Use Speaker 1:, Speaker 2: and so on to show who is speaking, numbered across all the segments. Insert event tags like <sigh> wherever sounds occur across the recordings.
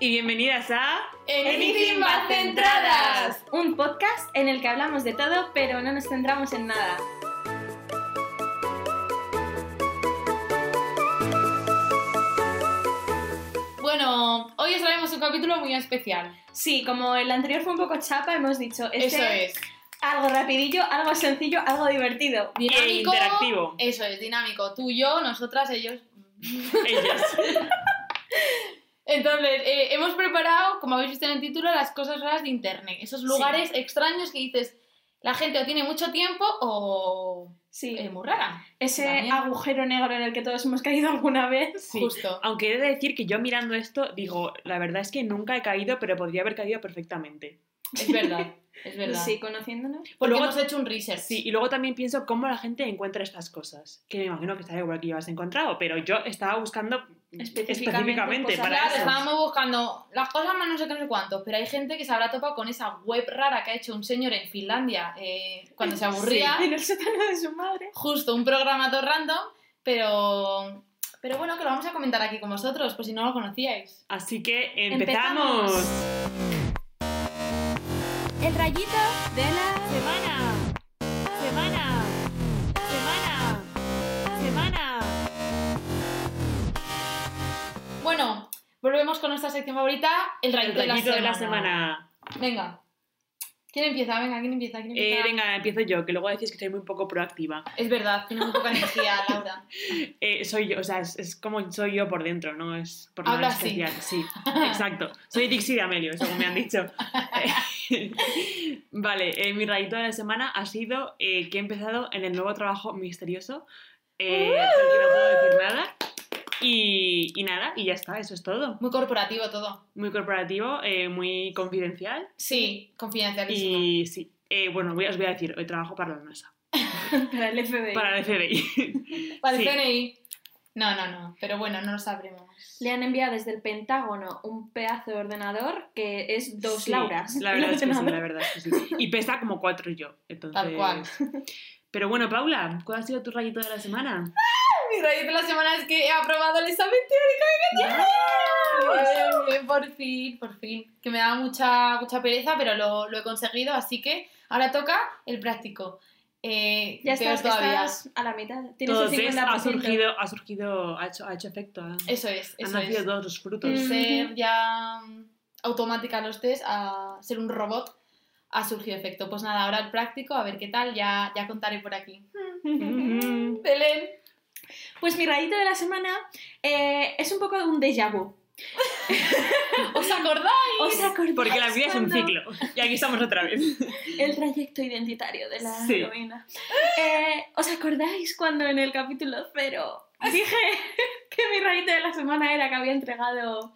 Speaker 1: y bienvenidas a
Speaker 2: Anything But Centradas.
Speaker 3: Un podcast en el que hablamos de todo, pero no nos centramos en nada.
Speaker 2: Bueno, hoy os traemos un capítulo muy especial.
Speaker 3: Sí, como el anterior fue un poco chapa, hemos dicho este
Speaker 2: Eso es.
Speaker 3: algo rapidillo, algo sencillo, algo divertido.
Speaker 1: E
Speaker 2: Dinámico.
Speaker 1: interactivo.
Speaker 2: Eso es, dinámico. Tú, yo, nosotras, ellos.
Speaker 1: Ellas.
Speaker 2: Entonces, eh, hemos preparado, como habéis visto en el título, las cosas raras de internet. Esos lugares extraños que dices, la gente o tiene mucho tiempo o
Speaker 3: Sí,
Speaker 2: es muy rara.
Speaker 3: ese
Speaker 2: Eh, también.
Speaker 3: agujero negro en el que todos hemos caído alguna vez.
Speaker 1: Sí.
Speaker 2: Justo.
Speaker 1: Aunque he de decir que yo mirando esto digo, la verdad es que nunca he caído, pero podría haber caído perfectamente. <laughs>
Speaker 2: Es verdad. Es verdad.
Speaker 3: Sí, conociéndonos.
Speaker 2: Porque
Speaker 1: Luego-
Speaker 2: hemos hecho un research.
Speaker 1: Sí, y luego también pienso cómo la gente encuentra estas cosas. Que me imagino que está igual que yo has encontrado, pero yo estaba buscando
Speaker 3: Específicamente
Speaker 1: específicamente
Speaker 3: cosas
Speaker 1: para
Speaker 2: Claro,
Speaker 3: esas.
Speaker 1: eso.
Speaker 2: estábamos buscando las cosas más no sé qué, no sé cuántos, pero hay gente que se habrá topado con esa web rara que ha hecho un señor en Finlandia eh, cuando se aburría.
Speaker 3: En el sótano de su madre.
Speaker 2: Justo, un programa todo random, pero, pero bueno, que lo vamos a comentar aquí con vosotros, por si no lo conocíais.
Speaker 1: Así que empezamos.
Speaker 4: El rayito de la semana. Semana. Semana. Semana.
Speaker 2: Bueno, volvemos con nuestra sección favorita, el
Speaker 1: El
Speaker 2: rayito,
Speaker 1: rayito de la semana.
Speaker 2: Venga. ¿Quién empieza? Venga, ¿quién empieza? ¿Quién
Speaker 1: Eh,
Speaker 2: empieza?
Speaker 1: venga, empiezo yo, que luego decís que soy muy poco proactiva.
Speaker 2: Es verdad, tiene muy poca energía, Laura.
Speaker 1: Eh, soy yo, o sea, es, es como soy yo por dentro, no es por nada
Speaker 2: Habla así.
Speaker 1: especial. Sí, exacto. Soy Dixie de Amelio, según me
Speaker 2: <laughs>
Speaker 1: han dicho. Eh, vale, eh, mi rayito de la semana ha sido eh, que he empezado en el nuevo trabajo misterioso, eh, del que no puedo decir nada. Y, y nada, y ya está, eso es todo.
Speaker 2: Muy corporativo todo.
Speaker 1: Muy corporativo, eh, muy confidencial.
Speaker 2: Sí, confidencialísimo.
Speaker 1: Y sí, eh, bueno, voy, os voy a decir, hoy trabajo para la NASA,
Speaker 3: Para el FBI.
Speaker 1: para el FBI.
Speaker 2: Para el
Speaker 1: Sí.
Speaker 2: CNI. No, no, no. Pero bueno, no lo sabremos.
Speaker 3: Le han enviado desde el Pentágono un pedazo de ordenador que es dos
Speaker 1: Sí,
Speaker 3: Lauras.
Speaker 1: La
Speaker 3: El
Speaker 1: verdad es que sí,
Speaker 3: ordenador.
Speaker 1: la verdad es que sí. Y pesa como cuatro yo. Entonces...
Speaker 2: Tal cual.
Speaker 1: Pero bueno, Paula, ¿cuál ha sido tu rayito de la semana?
Speaker 2: Mi raíz de la semana es que he aprobado el examen teórico de castellano. Bien, Por fin, por fin. Que me daba mucha, mucha pereza, pero lo, lo he conseguido. Así que ahora toca el práctico. Eh,
Speaker 3: <laughs> Ya
Speaker 2: peor
Speaker 3: estás,
Speaker 2: todavía.
Speaker 3: estás a la mitad. Tienes el
Speaker 1: Entonces
Speaker 3: 50%.
Speaker 1: ha surgido, ha surgido, ha hecho, ha hecho efecto. Ha,
Speaker 2: Eso es,
Speaker 1: han
Speaker 2: eso
Speaker 1: nacido
Speaker 2: es.
Speaker 1: todos los frutos.
Speaker 2: De
Speaker 3: Mm.
Speaker 2: ser ya mm, automática los test a ser un robot ha surgido efecto. Pues nada, ahora el práctico, a ver qué tal, ya, ya contaré por aquí.
Speaker 3: <laughs>
Speaker 1: Mm.
Speaker 2: Belén.
Speaker 3: Pues mi rayito de la semana eh, es un poco un déjà vu.
Speaker 2: ¿Os acordáis?
Speaker 3: ¿Os acordáis
Speaker 1: Porque la vida es un
Speaker 3: cuando-
Speaker 1: ciclo. Y aquí estamos otra vez.
Speaker 3: El trayecto identitario de la
Speaker 1: Sí.
Speaker 3: heroína. Eh, ¿Os acordáis cuando en el capítulo
Speaker 1: <laughs>
Speaker 3: cero dije que mi rayito de la semana era que había entregado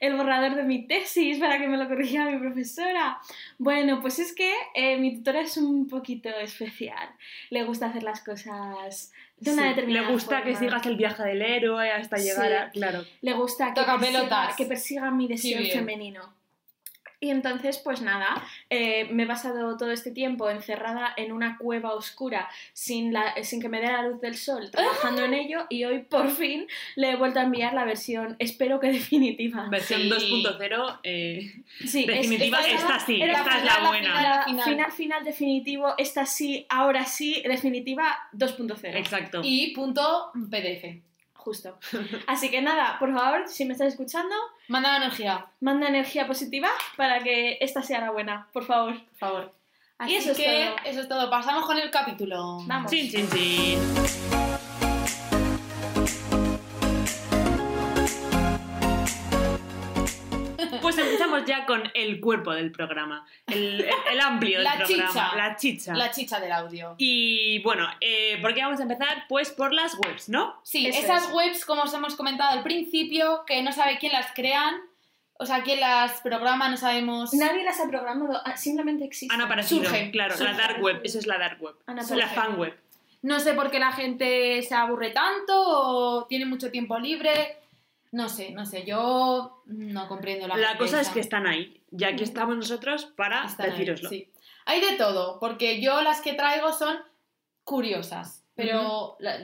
Speaker 3: el borrador de mi tesis para que me lo corrigiera mi profesora? Bueno, pues es que eh, mi tutora es un poquito especial. Le gusta hacer las cosas de una
Speaker 1: Sí.
Speaker 3: determinada
Speaker 1: Le gusta que
Speaker 3: forma.
Speaker 1: sigas el viaje del héroe hasta llegar
Speaker 3: Sí.
Speaker 1: a... Claro.
Speaker 3: Le gusta que
Speaker 2: Toca
Speaker 3: persiga,
Speaker 2: pelotas.
Speaker 3: que persiga mi deseo
Speaker 2: Sí, bien.
Speaker 3: femenino. Y entonces, pues nada, eh, me he pasado todo este tiempo encerrada en una cueva oscura sin, la, eh, sin que me dé la luz del sol, trabajando en ello, y hoy por fin le he vuelto a enviar la versión, espero que definitiva.
Speaker 1: Versión
Speaker 2: Sí.
Speaker 1: 2.0 eh,
Speaker 3: Sí, es-
Speaker 1: definitiva.
Speaker 2: esta era-
Speaker 1: esta sí,
Speaker 3: era
Speaker 1: esta es
Speaker 2: final,
Speaker 1: la
Speaker 2: la
Speaker 1: buena.
Speaker 2: final.
Speaker 3: la final. final, definitivo, esta sí, ahora sí, definitiva 2.0.
Speaker 1: Exacto.
Speaker 2: Y punto PDF.
Speaker 3: Justo. Así que nada, por favor, si me estás escuchando,
Speaker 2: Manda energía,
Speaker 3: Manda energía positiva para que esta sea la buena, por favor.
Speaker 2: por favor.
Speaker 3: Así
Speaker 2: y eso
Speaker 3: que-
Speaker 2: es todo. eso es todo. Pasamos con el capítulo.
Speaker 3: Vamos.
Speaker 1: Chin, chin, chin. Pues empezamos ya con el cuerpo del programa, el, el- el amplio del
Speaker 2: La
Speaker 1: programa,
Speaker 2: chicha.
Speaker 1: la chicha.
Speaker 2: La chicha del audio.
Speaker 1: Y bueno, eh, ¿por qué vamos a empezar? Pues por las webs, ¿no?
Speaker 2: Sí,
Speaker 3: Eso
Speaker 2: esas
Speaker 3: es.
Speaker 2: webs, como os hemos comentado al principio, que no sabe quién las crean, o sea, quién las programa, no sabemos.
Speaker 3: Nadie las ha programado, ah, simplemente existe.
Speaker 1: Han aparecido,
Speaker 2: Surgen,
Speaker 1: claro, la
Speaker 2: surgen.
Speaker 1: dark web, eso es la dark web,
Speaker 3: Han
Speaker 1: es la
Speaker 3: aparecido.
Speaker 1: fan web.
Speaker 2: No sé por qué la gente se aburre tanto o tiene mucho tiempo libre. No sé, no sé, yo no comprendo la
Speaker 1: La
Speaker 2: gente
Speaker 1: cosa es
Speaker 2: esa.
Speaker 1: que están ahí, y aquí estamos nosotros para
Speaker 2: Están ahí,
Speaker 1: deciroslo.
Speaker 2: sí. Hay de todo, porque yo las que traigo son curiosas, pero la-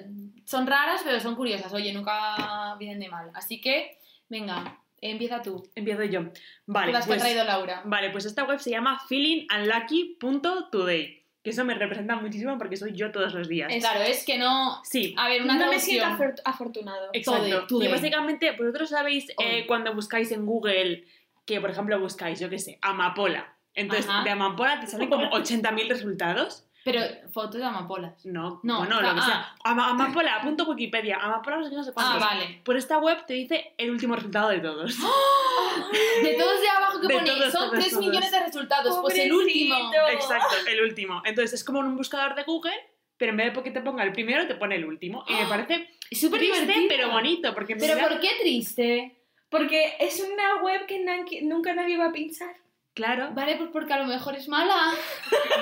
Speaker 2: son raras, pero son curiosas. Oye, nunca vienen de mal. Así que, venga, Empieza tú.
Speaker 1: Empiezo yo. Vale,
Speaker 2: las que ha
Speaker 1: pues,
Speaker 2: traído Laura.
Speaker 1: vale, pues esta web se llama feelingunlucky.today, que eso me representa muchísimo porque soy yo todos los días.
Speaker 3: Es-
Speaker 2: Claro, es que no.
Speaker 1: Sí,
Speaker 2: A ver, una
Speaker 3: No me
Speaker 2: traducción.
Speaker 3: siento afor- afortunado.
Speaker 1: Exacto.
Speaker 2: Ah, Today, today.
Speaker 1: Y básicamente, vosotros sabéis eh,
Speaker 2: Hoy.
Speaker 1: cuando buscáis en Google, que por ejemplo buscáis, yo qué sé, amapola. Entonces,
Speaker 2: Ajá.
Speaker 1: de amapola te salen como 80.000 resultados.
Speaker 2: Pero fotos de amapolas.
Speaker 1: No,
Speaker 2: No,
Speaker 1: bueno,
Speaker 2: o
Speaker 1: lo
Speaker 2: sea,
Speaker 1: que sea. Ama- amapola, punto Wikipedia, amapola, no sé qué, no sé
Speaker 2: Ah,
Speaker 1: cuántos.
Speaker 2: vale. Oh.
Speaker 1: Por esta web te dice el último resultado
Speaker 2: <laughs>
Speaker 1: de todos.
Speaker 2: De todos de abajo que
Speaker 1: De
Speaker 2: pone,
Speaker 1: todos,
Speaker 2: son
Speaker 1: todos,
Speaker 2: 3
Speaker 1: todos.
Speaker 2: millones de resultados. Pues el
Speaker 3: Pobrecito.
Speaker 2: último.
Speaker 1: Exacto, el último. Entonces, es como en un buscador de Google, pero en vez de que te ponga el primero, te pone el último.
Speaker 2: <gasps>
Speaker 1: Y me parece
Speaker 2: Es súper
Speaker 1: triste,
Speaker 2: divertido.
Speaker 1: pero bonito, porque en
Speaker 2: Pero
Speaker 1: realidad-
Speaker 2: ¿por qué triste?
Speaker 3: Porque es una web que nanqui- nunca nadie va a pinchar. <laughs>
Speaker 1: Claro.
Speaker 2: Vale, pues porque a lo mejor es mala.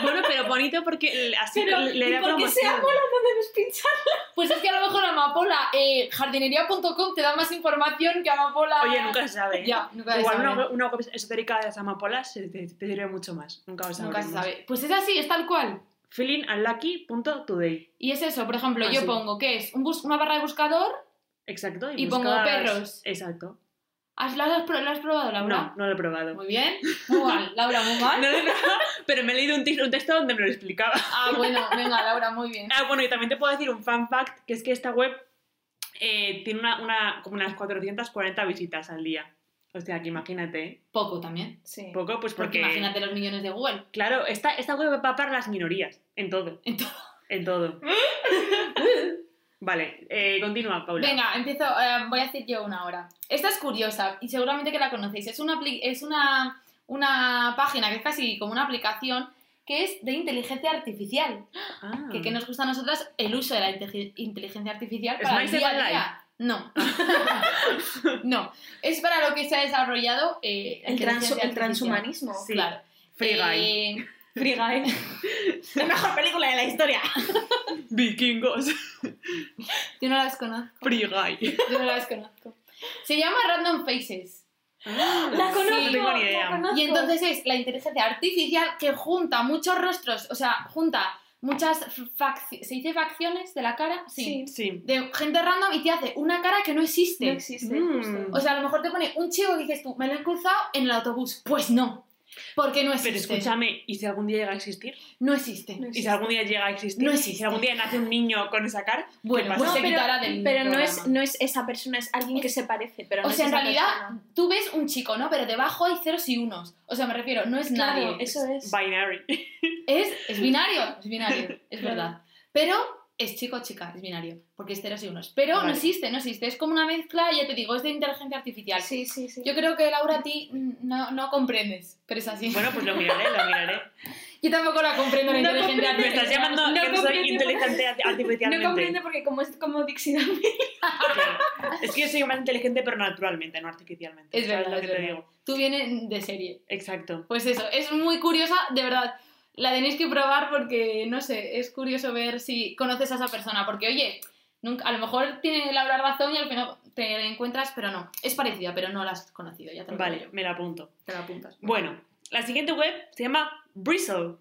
Speaker 1: Bueno, pero bonito porque le- así
Speaker 3: Pero,
Speaker 1: le, le
Speaker 3: ¿y
Speaker 1: da
Speaker 3: por qué
Speaker 1: promoción.
Speaker 3: sea mola no debes pinchar?
Speaker 2: Pues es que a lo mejor Amapola, eh, jardinería.com te da más información que Amapola.
Speaker 1: Oye, nunca se sabe. ¿eh?
Speaker 2: Ya, nunca se
Speaker 1: Igual
Speaker 2: sabe.
Speaker 1: una, una web esotérica de las amapolas eh, te, te sirve mucho más. Nunca lo
Speaker 2: Nunca
Speaker 1: sabremos.
Speaker 2: se sabe. Pues es así, es tal cual.
Speaker 1: Feelingunlucky.today.
Speaker 2: Y es eso, por ejemplo,
Speaker 1: Ah,
Speaker 2: yo
Speaker 1: sí.
Speaker 2: pongo que es un bus- una barra de buscador.
Speaker 1: Exacto.
Speaker 2: Y pongo
Speaker 1: buscas-
Speaker 2: perros.
Speaker 1: Exacto.
Speaker 2: ¿Has, la, has, pro- la has probado, Laura?
Speaker 1: No, no lo he probado.
Speaker 2: Muy bien. Muy mal, Laura, muy mal.
Speaker 1: <laughs> No lo he probado, pero me he leído un, tis- un texto donde me lo explicaba. <laughs>
Speaker 2: Ah, bueno, venga, Laura, muy bien.
Speaker 1: Ah, bueno, y también te puedo decir un fan fact, que es que esta web eh, tiene una, una- como unas 440 visitas al día. O sea, que imagínate, ¿eh?
Speaker 2: Poco también.
Speaker 3: Sí.
Speaker 1: poco, pues
Speaker 2: Porque
Speaker 1: porque...
Speaker 2: imagínate los millones de Google.
Speaker 1: Claro, esta, esta web va para las minorías, en todo.
Speaker 2: En todo. <laughs>
Speaker 1: En todo. vale, eh, continúa, Paula.
Speaker 2: Venga, empiezo. eh, voy a decir yo una hora. Esta es curiosa y seguramente que la conocéis. Es una, apli- es una, una página que es casi como una aplicación que es de inteligencia artificial.
Speaker 1: Ah.
Speaker 2: Que, que
Speaker 3: Mm.
Speaker 2: nos gusta a nosotras el uso de la inte- inteligencia artificial
Speaker 1: ¿Es
Speaker 2: para el
Speaker 1: Nice
Speaker 2: día
Speaker 1: Evan
Speaker 2: a día. No. <laughs> no. Es para lo que se ha desarrollado eh, la
Speaker 3: El, trans-
Speaker 2: inteligencia
Speaker 3: el
Speaker 2: artificial.
Speaker 3: transhumanismo.
Speaker 1: Sí.
Speaker 2: Claro.
Speaker 1: Free Guy.
Speaker 2: Eh,
Speaker 3: Friga, <laughs> ¿eh?
Speaker 1: La mejor película de la historia. Vikingos. <laughs>
Speaker 2: yo no las conozco.
Speaker 1: Free Guy.
Speaker 2: Yo no las conozco. Se llama Random Faces.
Speaker 3: La
Speaker 1: Sí,
Speaker 3: conozco.
Speaker 1: Ah, No tengo ni idea.
Speaker 3: la conozco.
Speaker 2: Y entonces es la inteligencia artificial que junta muchos rostros, o sea, junta muchas facciones, ¿se dice facciones de la cara?
Speaker 3: Sí.
Speaker 1: Sí.
Speaker 2: De gente random y te hace una cara que no existe.
Speaker 3: No existe.
Speaker 1: Mm.
Speaker 3: justo.
Speaker 2: O sea, a lo mejor te pone un chico que dices tú, me lo he cruzado en el autobús. Pues no, porque no
Speaker 1: Pero
Speaker 2: existe.
Speaker 1: escúchame, ¿y si algún día llega a existir?
Speaker 2: No existe.
Speaker 3: No
Speaker 1: ¿Y si
Speaker 3: existe.
Speaker 1: algún día llega a existir?
Speaker 2: No
Speaker 1: ¿Y
Speaker 2: existe.
Speaker 1: si algún día nace un niño con esa cara?
Speaker 2: Bueno,
Speaker 1: pasa?
Speaker 2: pues
Speaker 1: No,
Speaker 2: se
Speaker 3: pero-
Speaker 2: quitará del
Speaker 3: Pero no es,
Speaker 2: programa.
Speaker 3: no es esa persona, es alguien que se parece. Pero
Speaker 2: O
Speaker 3: no
Speaker 2: sea, en
Speaker 3: es esa
Speaker 2: realidad,
Speaker 3: persona.
Speaker 2: tú ves un chico, ¿no? Pero debajo hay ceros y unos. O sea, me refiero, no es nadie.
Speaker 3: Claro, eso es.
Speaker 1: Binary.
Speaker 2: Es, es binario, es
Speaker 1: <laughs>
Speaker 2: binario, es verdad. Pero es chico o chica, es binario, porque es ceros y unos. Pero
Speaker 1: Vale.
Speaker 2: no existe, no existe. Es como una mezcla, ya te digo, es de inteligencia artificial.
Speaker 3: Sí, sí, sí.
Speaker 2: Yo creo que Laura a ti mm, no, no comprendes, pero es así.
Speaker 1: Bueno, pues lo miraré, lo miraré.
Speaker 2: <laughs> Yo tampoco la comprendo la
Speaker 3: No
Speaker 2: inteligencia
Speaker 1: Me
Speaker 2: artificial.
Speaker 1: estás llamando
Speaker 3: No
Speaker 1: que soy
Speaker 3: comprende-
Speaker 1: inteligente artificialmente.
Speaker 3: no comprende porque como es como
Speaker 2: <laughs>
Speaker 3: Dixie
Speaker 1: Claro. Es que yo soy más inteligente, pero naturalmente, no artificialmente.
Speaker 2: Es
Speaker 1: ¿Sabes
Speaker 2: verdad,
Speaker 1: lo
Speaker 2: es
Speaker 1: que te
Speaker 2: verdad.
Speaker 1: digo.
Speaker 2: Tú vienes de serie.
Speaker 1: Exacto.
Speaker 2: Pues eso, es muy curiosa, de verdad. La tenéis que probar porque, no sé, es curioso ver si conoces a esa persona. Porque, oye, nunca, a lo mejor tiene Laura razón y al final te encuentras, pero no. Es parecida, pero no la has conocido, ya te lo digo
Speaker 1: Vale,
Speaker 2: yo.
Speaker 1: me la apunto.
Speaker 2: Te la apuntas.
Speaker 1: Bueno, la siguiente web se llama Bristle.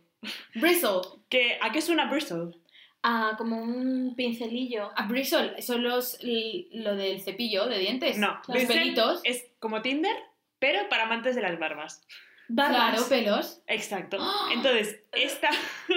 Speaker 2: Bristle.
Speaker 1: Que, ¿A qué suena Bristle?
Speaker 3: Ah, como un pincelillo.
Speaker 2: A bristle son los l- lo del cepillo de dientes.
Speaker 1: No,
Speaker 2: Los
Speaker 1: Bristle
Speaker 2: pelitos.
Speaker 1: es como Tinder, pero para amantes de las barbas.
Speaker 2: Claro,
Speaker 3: Barbas.
Speaker 2: pelos.
Speaker 1: Exacto.
Speaker 2: ¡Ah!
Speaker 1: Entonces, esta,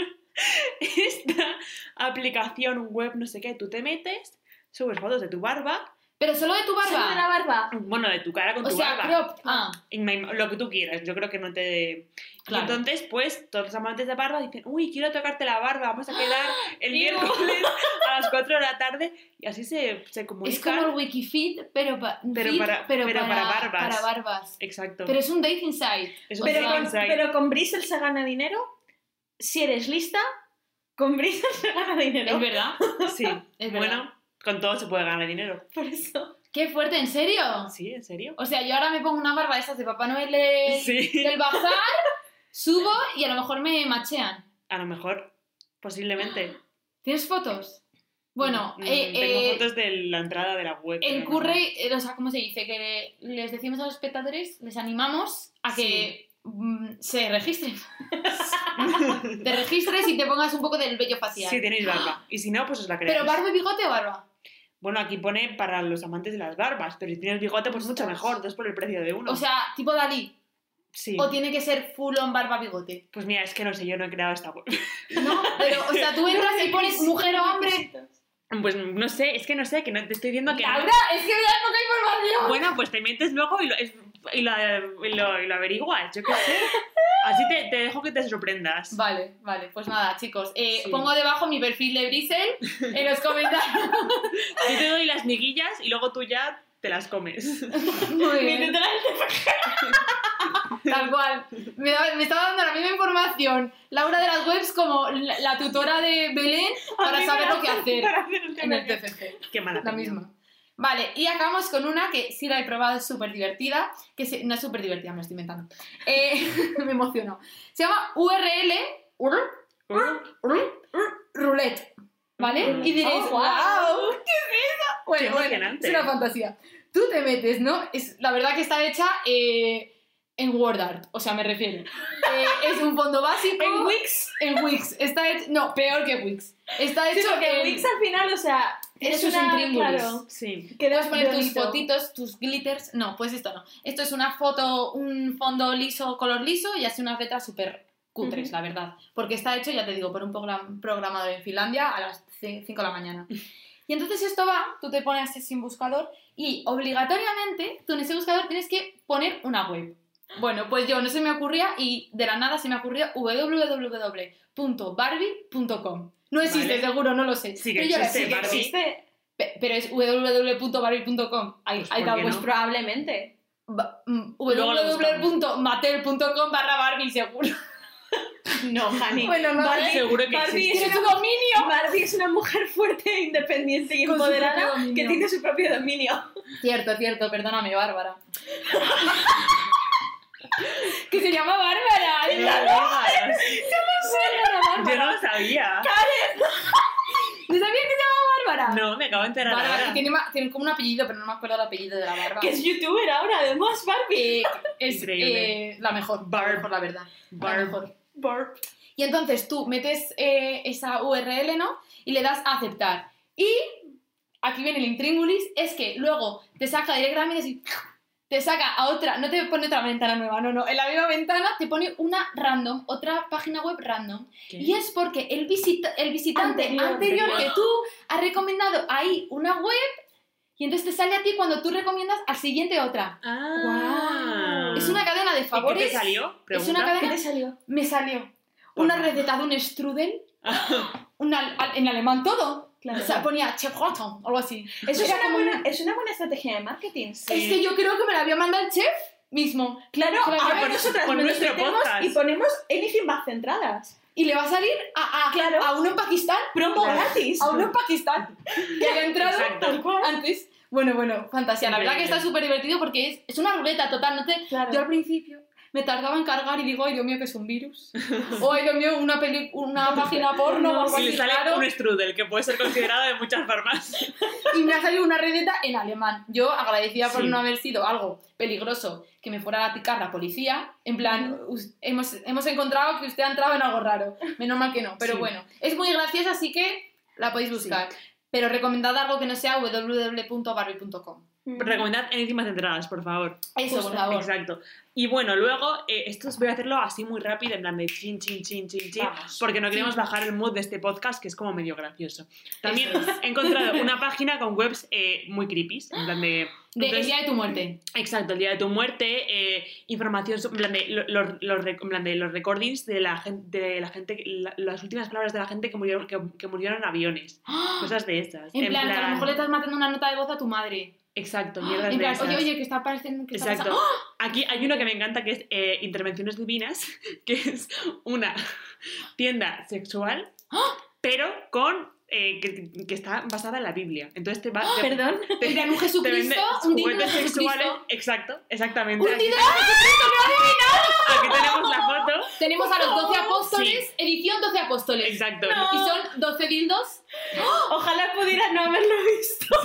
Speaker 1: <laughs> esta aplicación web, no sé qué, tú te metes, subes fotos de tu barba,
Speaker 2: Pero solo de tu
Speaker 3: Solo de la
Speaker 2: barba.
Speaker 3: barba.
Speaker 1: bueno, de tu cara con
Speaker 2: O
Speaker 1: tu
Speaker 2: sea,
Speaker 1: barba.
Speaker 2: crop. Ah,
Speaker 1: Y me- Lo que tú quieras, yo creo que no te... Y
Speaker 2: Claro.
Speaker 1: entonces, pues, todos los amantes de barba dicen, uy, quiero tocarte la barba, vamos a
Speaker 2: <gasps>
Speaker 1: quedar el miércoles
Speaker 2: <laughs>
Speaker 1: a las 4 de la tarde. Y así se, se
Speaker 2: es
Speaker 1: comunican.
Speaker 2: como el Wikifit, pero, pa-
Speaker 1: Pero
Speaker 2: feed,
Speaker 1: para-
Speaker 2: pero
Speaker 1: pero
Speaker 2: para,
Speaker 1: para barbas.
Speaker 2: para barbas.
Speaker 1: Exacto.
Speaker 2: Pero es un date inside.
Speaker 1: Es un
Speaker 3: Pero
Speaker 2: sea,
Speaker 3: con,
Speaker 1: bonsai.
Speaker 3: pero con Bristol se gana dinero. Si eres lista, con Bristol se gana dinero.
Speaker 2: Es verdad.
Speaker 1: Sí.
Speaker 2: <laughs> Es verdad.
Speaker 1: bueno, con todo se puede ganar dinero.
Speaker 3: Por eso.
Speaker 2: Qué fuerte, ¿en serio?
Speaker 1: Sí, ¿en serio?
Speaker 2: O sea, yo ahora me pongo una barba de esas de Papá Noel del,
Speaker 1: Sí.
Speaker 2: del bazar, subo y a lo mejor me machean.
Speaker 1: A lo mejor. Posiblemente.
Speaker 2: ¿Tienes fotos? <gasps> Bueno,
Speaker 1: Mm,
Speaker 2: eh,
Speaker 1: tengo
Speaker 2: eh,
Speaker 1: fotos de la entrada de la web. pero no.
Speaker 2: Encurre, eh, o sea, ¿cómo se dice? Que les decimos a los espectadores, les animamos a que mm, se registren. te registres y te pongas un poco del vello facial. <gasps>
Speaker 1: Si tenéis barba. Y si no, pues os la creéis.
Speaker 2: ¿Pero barba y bigote o barba?
Speaker 1: Bueno, aquí pone para los amantes de las barbas, pero si tienes bigote, pues mucho
Speaker 2: Ostras.
Speaker 1: mejor, dos por el precio de uno.
Speaker 2: O sea, tipo Dalí.
Speaker 1: sí.
Speaker 2: O tiene que ser full on barba bigote.
Speaker 1: Pues mira, es que no sé, yo no he creado esta web.
Speaker 2: No, pero, o
Speaker 3: <laughs>
Speaker 2: sea, tú entras y pones mujer o hombre.
Speaker 1: Pues no sé, es que no sé, que no te estoy viendo que. no.
Speaker 2: Laura, es que me da poca información.
Speaker 1: Bueno, pues te metes luego y lo, es- y lo- y lo- y lo averiguas, yo qué sé. Así te, te dejo que te sorprendas.
Speaker 2: Vale, vale, pues nada, chicos. Eh,
Speaker 1: Sí.
Speaker 2: Pongo debajo mi perfil de Brisel en los comentarios.
Speaker 1: Yo te doy las miguillas y luego tú ya te las comes.
Speaker 2: Muy bien,
Speaker 3: Mientras-
Speaker 2: tal cual. Me, da- me estaba dando la misma información Laura de las webs como la, la tutora de Belén
Speaker 3: A
Speaker 2: para
Speaker 3: mí
Speaker 2: saber
Speaker 3: me
Speaker 2: lo que
Speaker 3: hace-
Speaker 2: hacer
Speaker 3: para hacer el
Speaker 2: en
Speaker 3: tema
Speaker 2: el
Speaker 3: que-
Speaker 2: TFG.
Speaker 1: Qué mala
Speaker 2: La
Speaker 1: peña.
Speaker 2: misma. Vale, y acabamos con una que sí la he probado, es súper divertida. Que se- no es súper divertida, me lo estoy inventando. Eh, <laughs> me emocionó. Se llama URL url,
Speaker 1: Uh,
Speaker 2: url, url, Roulette. ¿Vale?
Speaker 1: Mm.
Speaker 2: Y diréis,
Speaker 3: Oh,
Speaker 2: wow.
Speaker 3: wow.
Speaker 2: ¿Qué es eso? Bueno,
Speaker 1: Qué
Speaker 2: bueno,
Speaker 1: emocionante.
Speaker 2: es una fantasía. Tú te metes, ¿no? Es, la verdad que está hecha eh, en WordArt, o sea, me refiero. Eh, es un fondo básico.
Speaker 3: <laughs> En Wix.
Speaker 2: En Wix. Está hecho. No, peor que Wix. Está
Speaker 3: Sí,
Speaker 2: hecho
Speaker 3: porque
Speaker 2: en-
Speaker 3: Wix al final, o sea,
Speaker 2: Eres
Speaker 3: es
Speaker 2: un
Speaker 3: una...
Speaker 2: trímbulis.
Speaker 3: claro,
Speaker 1: Sí.
Speaker 3: que
Speaker 2: Puedes poner tus
Speaker 3: bonito.
Speaker 2: fotitos, tus glitters. No, pues esto no. Esto es una foto, un fondo liso, color liso y hace unas letras súper cutres,
Speaker 3: Ujú.
Speaker 2: la verdad. Porque está hecho, ya te digo, por un program- programador en Finlandia a las 5 de la mañana. Y entonces esto va, tú te pones así sin buscador y obligatoriamente tú en ese buscador tienes que poner una web. Bueno, pues yo no se me ocurría y de la nada se me ocurrió www.barbie.com. No existe,
Speaker 1: Vale.
Speaker 2: seguro, no lo sé.
Speaker 1: Sí que
Speaker 2: Pero yo la-
Speaker 1: existe,
Speaker 2: sí que
Speaker 1: Barbie.
Speaker 2: existe.
Speaker 3: Existe,
Speaker 2: Pe- Pero es www.barbie.com. Ahí,
Speaker 1: Pues,
Speaker 2: ahí
Speaker 1: ¿por
Speaker 2: da
Speaker 1: qué
Speaker 2: pues
Speaker 3: pues
Speaker 1: no?
Speaker 3: probablemente.
Speaker 2: ba- mm,
Speaker 1: Luego lo
Speaker 2: www.mattel.com barra Barbie seguro.
Speaker 3: No, Jani.
Speaker 2: Bueno, no,
Speaker 3: Barbie,
Speaker 1: seguro que
Speaker 3: Barbie
Speaker 1: existe.
Speaker 3: es
Speaker 2: Tiene
Speaker 3: una
Speaker 2: su dominio.
Speaker 3: Barbie es una mujer fuerte, independiente y
Speaker 2: Con su propio
Speaker 3: empoderada
Speaker 2: dominio.
Speaker 3: que tiene su propio dominio.
Speaker 2: Cierto, cierto, perdóname, Bárbara. <laughs> que se llama Bárbara.
Speaker 1: No,
Speaker 2: es
Speaker 1: lo
Speaker 2: la-
Speaker 1: hagas.
Speaker 2: Bárbara,
Speaker 1: Yo no
Speaker 2: Bárbara.
Speaker 1: lo sabía.
Speaker 2: <laughs> ¿No sabía que se llamaba Bárbara?
Speaker 1: No, me acabo de enterar
Speaker 2: Bárbara,
Speaker 1: ahora.
Speaker 2: que tiene, ma- tiene como un apellido, pero no me acuerdo el apellido de la Bárbara. <laughs>
Speaker 3: Que es youtuber ahora, además, Barbie.
Speaker 2: Eh, es
Speaker 1: Increíble.
Speaker 2: eh, la mejor, la
Speaker 1: Barb.
Speaker 2: mejor, la verdad. La
Speaker 1: Barb.
Speaker 2: mejor. Y entonces tú metes eh, esa URL, ¿no? Y le das a aceptar. Y aquí viene el intríngulis, es que luego te saca directamente así, te saca a otra, no te pone otra ventana nueva, no, no, en la misma ventana te pone una random, otra página web random.
Speaker 1: ¿Qué?
Speaker 2: Y es porque el, visita- el visitante anterior,
Speaker 3: Anterior.
Speaker 2: que tú has recomendado ahí una web y entonces te sale a ti cuando tú recomiendas al siguiente otra.
Speaker 1: Ah.
Speaker 2: Es una cadena de
Speaker 1: ¿Y qué te
Speaker 2: favores.
Speaker 1: salió?
Speaker 2: es
Speaker 1: Pregunta.
Speaker 2: una cadena-
Speaker 3: ¿Qué te salió?
Speaker 2: Me salió una receta de un strudel un al- al- en alemán todo.
Speaker 3: Claro.
Speaker 2: O sea, ponía chef Rotten, algo así. Eso
Speaker 3: es,
Speaker 2: era
Speaker 3: una
Speaker 2: como
Speaker 3: buena,
Speaker 2: una-
Speaker 3: es una buena estrategia de marketing.
Speaker 2: Es que yo creo que me la había mandado el chef mismo.
Speaker 3: Claro, Ah,
Speaker 2: Claro,
Speaker 3: ahora
Speaker 1: con-
Speaker 3: nosotras
Speaker 1: con
Speaker 3: nos
Speaker 1: nuestro
Speaker 3: metemos
Speaker 1: podcast.
Speaker 3: y ponemos anything más centradas.
Speaker 2: Y le va a salir a, a,
Speaker 3: Ah, Claro.
Speaker 2: a uno en Pakistán,
Speaker 3: Promo
Speaker 1: Claro.
Speaker 3: gratis.
Speaker 2: a uno en Pakistán, que había entrado
Speaker 1: Exacto.
Speaker 3: Tal cual.
Speaker 2: antes. Bueno, bueno, fantasía. La verdad que
Speaker 1: Increíble.
Speaker 2: está súper divertido porque es, es una ruleta total. No te...
Speaker 3: Claro.
Speaker 2: Yo al principio me tardaba en cargar y digo, ay Dios mío, que es un virus. o ay Dios mío, una, peli... una página porno o algo
Speaker 1: Si le
Speaker 2: así.
Speaker 1: sale
Speaker 2: claro.
Speaker 1: un strudel, que puede ser considerado de muchas formas.
Speaker 2: <laughs> y me ha salido una receta en alemán. Yo agradecida por
Speaker 1: Sí.
Speaker 2: no haber sido algo peligroso que me fuera a atacar la policía. En plan, us- hemos, hemos encontrado que usted ha entrado en algo raro. Menos mal que no, pero
Speaker 1: Sí.
Speaker 2: bueno. Es muy graciosa, así que la podéis buscar. Pero recomendad algo que no sea www.barbie.com.
Speaker 3: Mm.
Speaker 1: Recomendad encima centradas, por favor.
Speaker 2: Eso, por
Speaker 3: Justo,
Speaker 2: favor.
Speaker 1: Exacto. Y bueno, luego, eh, esto os voy a hacerlo así muy rápido, en plan de chin, chin, chin, chin, chin,
Speaker 3: Vamos.
Speaker 1: porque no queremos bajar el mood de este podcast, que es como medio gracioso. También he encontrado una página con webs eh, muy creepy, en plan de...
Speaker 2: De, el
Speaker 1: entonces-
Speaker 2: día de tu muerte.
Speaker 1: Exacto, el día de tu muerte, eh, información sobre en plan de, lo- los, los rec- en plan de los recordings de la gente, de la gente que- la- las últimas palabras de la gente que murieron, que, que murieron en aviones, cosas de esas.
Speaker 2: ¡Ah! En, plan, que a lo mejor le estás matando una nota de voz a tu madre.
Speaker 1: Exacto, mierdas
Speaker 2: ¡Ah! En
Speaker 1: de
Speaker 2: plan,
Speaker 1: esas.
Speaker 2: oye, oye, que está apareciendo... Que está
Speaker 1: Exacto.
Speaker 2: pasando- ¡Ah!
Speaker 1: Aquí hay uno que me encanta que es eh, Intervenciones Divinas, <laughs> que es una tienda sexual,
Speaker 2: ¡Ah!
Speaker 1: pero con eh, que, que está basada en la Biblia. Entonces te va te-
Speaker 3: Perdón. <laughs>
Speaker 2: ¡Ah!
Speaker 1: te-
Speaker 2: En plan, un
Speaker 1: <laughs> te vende
Speaker 2: Jesucristo, un dildo de
Speaker 1: juguetes sexuales.
Speaker 2: Jesucristo.
Speaker 1: Exacto, exactamente.
Speaker 2: ¡Un ¡Ah!
Speaker 1: Aquí,
Speaker 2: dildo de Jesucristo, me ha adivinado!
Speaker 1: aquí tenemos
Speaker 2: <laughs>
Speaker 1: la foto.
Speaker 2: Tenemos a los 12
Speaker 3: favor.
Speaker 2: apóstoles, edición 12 apóstoles.
Speaker 1: Exacto.
Speaker 3: No.
Speaker 2: Y son 12 dildos
Speaker 3: Ojalá pudiera no haberlo <laughs> visto.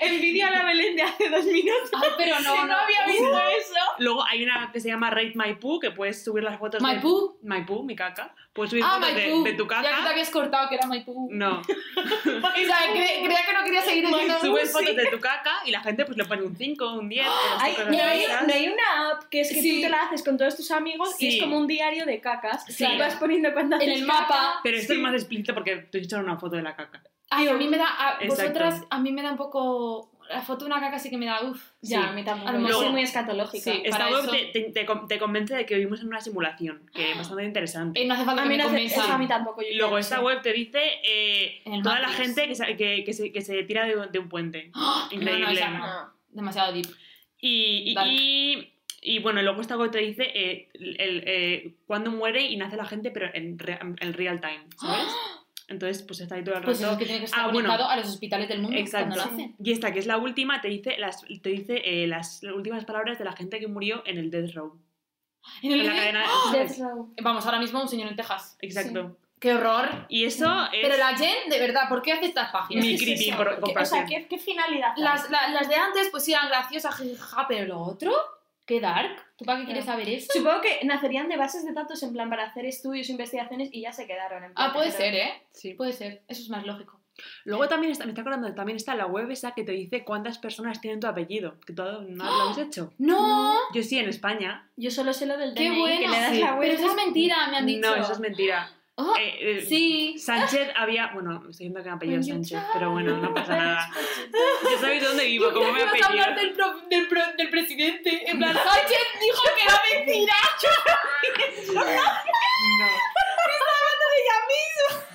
Speaker 3: Envidio a la Belén de hace dos minutos.
Speaker 2: Ay, pero
Speaker 3: <laughs>
Speaker 2: no,
Speaker 3: que no,
Speaker 2: no.
Speaker 3: había visto eso.
Speaker 1: Luego hay una que se llama Rate My Poo, que puedes subir las fotos de...
Speaker 2: My poo.
Speaker 1: My Poo, mi caca. Puedes subir
Speaker 2: Ah,
Speaker 1: fotos
Speaker 2: my
Speaker 1: de,
Speaker 2: poo.
Speaker 1: de tu
Speaker 2: Ya que te
Speaker 1: caca.
Speaker 2: habías cortado que era my poo.
Speaker 1: No,
Speaker 2: O sea, cre- creía que no quería seguir diciendo
Speaker 1: subes
Speaker 2: poo, sí.
Speaker 1: fotos de tu caca y la gente pues le pone un 5, un 10. no sé,
Speaker 3: Ay,
Speaker 1: cosas
Speaker 3: no, hay,
Speaker 1: de esas.
Speaker 3: no hay una app que es que
Speaker 2: Sí.
Speaker 3: tú te la haces con todos tus amigos y
Speaker 1: Sí.
Speaker 3: es como un diario de cacas.
Speaker 1: Sí.
Speaker 3: Y vas poniendo cuando
Speaker 2: En
Speaker 3: haces
Speaker 2: el
Speaker 3: caca.
Speaker 2: mapa.
Speaker 1: Pero esto
Speaker 3: Sí.
Speaker 1: es más explícito porque tú has hecho una foto de la caca.
Speaker 2: Ay, a mí me da. a-
Speaker 1: Exacto.
Speaker 2: vosotras, a mí me da un poco. La foto de una caca sí que me da. Uf.
Speaker 3: Ya,
Speaker 1: Sí.
Speaker 3: a mí tampoco.
Speaker 2: A lo
Speaker 3: Yo
Speaker 1: mejor-
Speaker 3: soy muy escatológica.
Speaker 2: Sí.
Speaker 1: Esta
Speaker 2: Para
Speaker 1: web
Speaker 2: eso-
Speaker 1: te, te, te con- te convence de que vivimos en una simulación, que es bastante interesante.
Speaker 2: Eh, no hace falta
Speaker 3: A
Speaker 2: que
Speaker 3: mí
Speaker 2: me
Speaker 3: no hace- eso a
Speaker 2: convenza.
Speaker 3: mí tampoco. yo
Speaker 1: Y luego
Speaker 3: ya
Speaker 1: esta
Speaker 3: sé.
Speaker 1: web te dice eh,
Speaker 2: En Eh, el
Speaker 1: toda la
Speaker 2: Matrix.
Speaker 1: gente que se, que, que se, que se tira de, de un puente.
Speaker 2: ¡Ah! No, no,
Speaker 1: Increíble.
Speaker 2: esa no. Demasiado deep.
Speaker 1: Y, y,
Speaker 2: Dark.
Speaker 1: y, y, bueno, luego esta web te dice eh, el, eh, cuándo muere y nace la gente, pero en, re- en real time,
Speaker 2: <gasps>
Speaker 1: ¿sabes? Entonces, pues está ahí todo el rato.
Speaker 2: Pues eso es que tiene que estar
Speaker 1: Ah, bueno.
Speaker 2: conectado a los hospitales del mundo
Speaker 1: Exacto.
Speaker 2: cuando nacen.
Speaker 1: Y esta, que es la última, te dice, las, te dice eh, las últimas palabras de la gente que murió en el Death Row.
Speaker 2: En el <laughs>
Speaker 1: En la
Speaker 2: vídeo- <gasps>
Speaker 1: cadena.
Speaker 3: Death Row.
Speaker 2: Vamos, ahora mismo un señor en Texas.
Speaker 1: Exacto.
Speaker 2: ¡Qué horror!
Speaker 1: Y eso es.
Speaker 2: Pero la Jen, de verdad, ¿por qué hace estas páginas?
Speaker 1: Mi
Speaker 3: Sí, sí,
Speaker 1: creepy
Speaker 3: sí.
Speaker 1: por-
Speaker 3: O sea,
Speaker 1: comparación.
Speaker 3: ¿qué, qué finalidad?
Speaker 2: Las, la- las de antes, pues sí eran graciosas, jajaja, pero lo otro, qué dark. ¿Tú para qué quieres
Speaker 3: Ya.
Speaker 2: saber eso?
Speaker 3: Supongo que nacerían de bases de datos en plan para hacer estudios, investigaciones y ya se quedaron. En plan,
Speaker 2: Ah, puede
Speaker 3: pero-
Speaker 2: ser, ¿eh?
Speaker 1: Sí.
Speaker 2: Puede ser. Eso es más lógico.
Speaker 1: Luego también está, me está acordando, también está la web esa que te dice cuántas personas tienen tu apellido, que todo no
Speaker 2: <gasps>
Speaker 1: lo habéis hecho.
Speaker 2: ¡No!
Speaker 1: Yo sí, en España.
Speaker 3: Yo solo sé lo del
Speaker 2: ¡Qué
Speaker 3: DNI,
Speaker 2: bueno!
Speaker 3: que le das
Speaker 2: sí.
Speaker 3: la
Speaker 2: Pero
Speaker 3: vuelta.
Speaker 2: eso es mentira, me han dicho.
Speaker 1: No, eso
Speaker 2: <gasps>
Speaker 1: es mentira.
Speaker 2: Oh,
Speaker 1: Eh, eh,
Speaker 2: Sí.
Speaker 1: Sánchez había, bueno, me estoy diciendo que me apellido
Speaker 2: When you
Speaker 1: Sánchez,
Speaker 2: try.
Speaker 1: pero bueno, no pasa nada. Yo sabéis dónde
Speaker 2: <laughs>
Speaker 1: vivo, cómo me
Speaker 2: Ibas a hablar
Speaker 1: apellido.
Speaker 2: del, pro- del, pro- del presidente. En plan, Sánchez dijo que era mentira.
Speaker 1: No.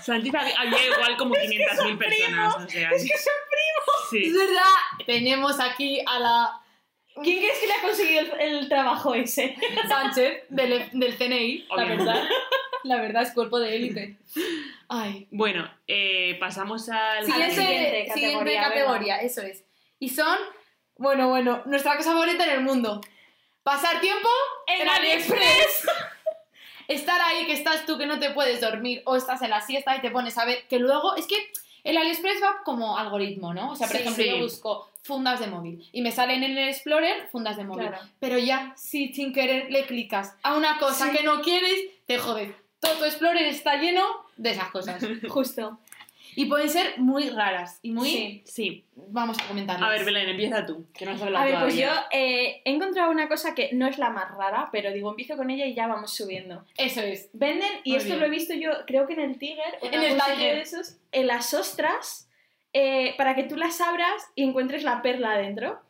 Speaker 1: Sánchez había, había igual como 500.000 personas, o sea. Es que son
Speaker 2: Es
Speaker 1: primos. Sí.
Speaker 2: verdad. Tenemos aquí a la
Speaker 3: ¿Quién crees que le ha conseguido el, el trabajo ese?
Speaker 2: Sánchez del, del CNI, la
Speaker 1: Obviamente.
Speaker 2: verdad. La verdad es cuerpo de élite. Ay.
Speaker 1: Bueno, eh, pasamos al...
Speaker 2: Siguiente,
Speaker 3: siguiente
Speaker 2: siguiente
Speaker 3: categoría,
Speaker 2: categoría,
Speaker 3: venga.
Speaker 2: eso es. Y son, bueno, bueno, nuestra cosa favorita en el mundo. Pasar tiempo en, AliExpress. Estar ahí que estás tú que no te puedes dormir o estás en la siesta y te pones a ver que luego es que el AliExpress va como algoritmo, ¿no? O sea, por
Speaker 1: Sí,
Speaker 2: ejemplo,
Speaker 1: sí.
Speaker 2: yo busco fundas de móvil y me salen en el Explorer fundas de móvil.
Speaker 3: Claro.
Speaker 2: Pero ya, si sin querer le clicas a una cosa que no quieres, te jodes. Todo tu Explorer está lleno de esas cosas.
Speaker 3: Justo.
Speaker 2: Y pueden ser muy raras y muy...
Speaker 3: Sí.
Speaker 1: Sí.
Speaker 2: Vamos a comentarlas.
Speaker 1: A ver, Belén, empieza tú, que no has hablado
Speaker 3: A ver, pues yo
Speaker 1: todavía.
Speaker 3: eh, he encontrado una cosa que no es la más rara, pero digo, empiezo con ella y ya vamos subiendo.
Speaker 2: Eso es.
Speaker 3: Venden, y
Speaker 2: Muy
Speaker 3: esto
Speaker 2: bien.
Speaker 3: lo he visto yo, creo que en el Tiger, o
Speaker 2: En el
Speaker 3: algún sitio
Speaker 2: Tiger.
Speaker 3: de esos, en las ostras, eh, para que tú las abras y encuentres la perla adentro.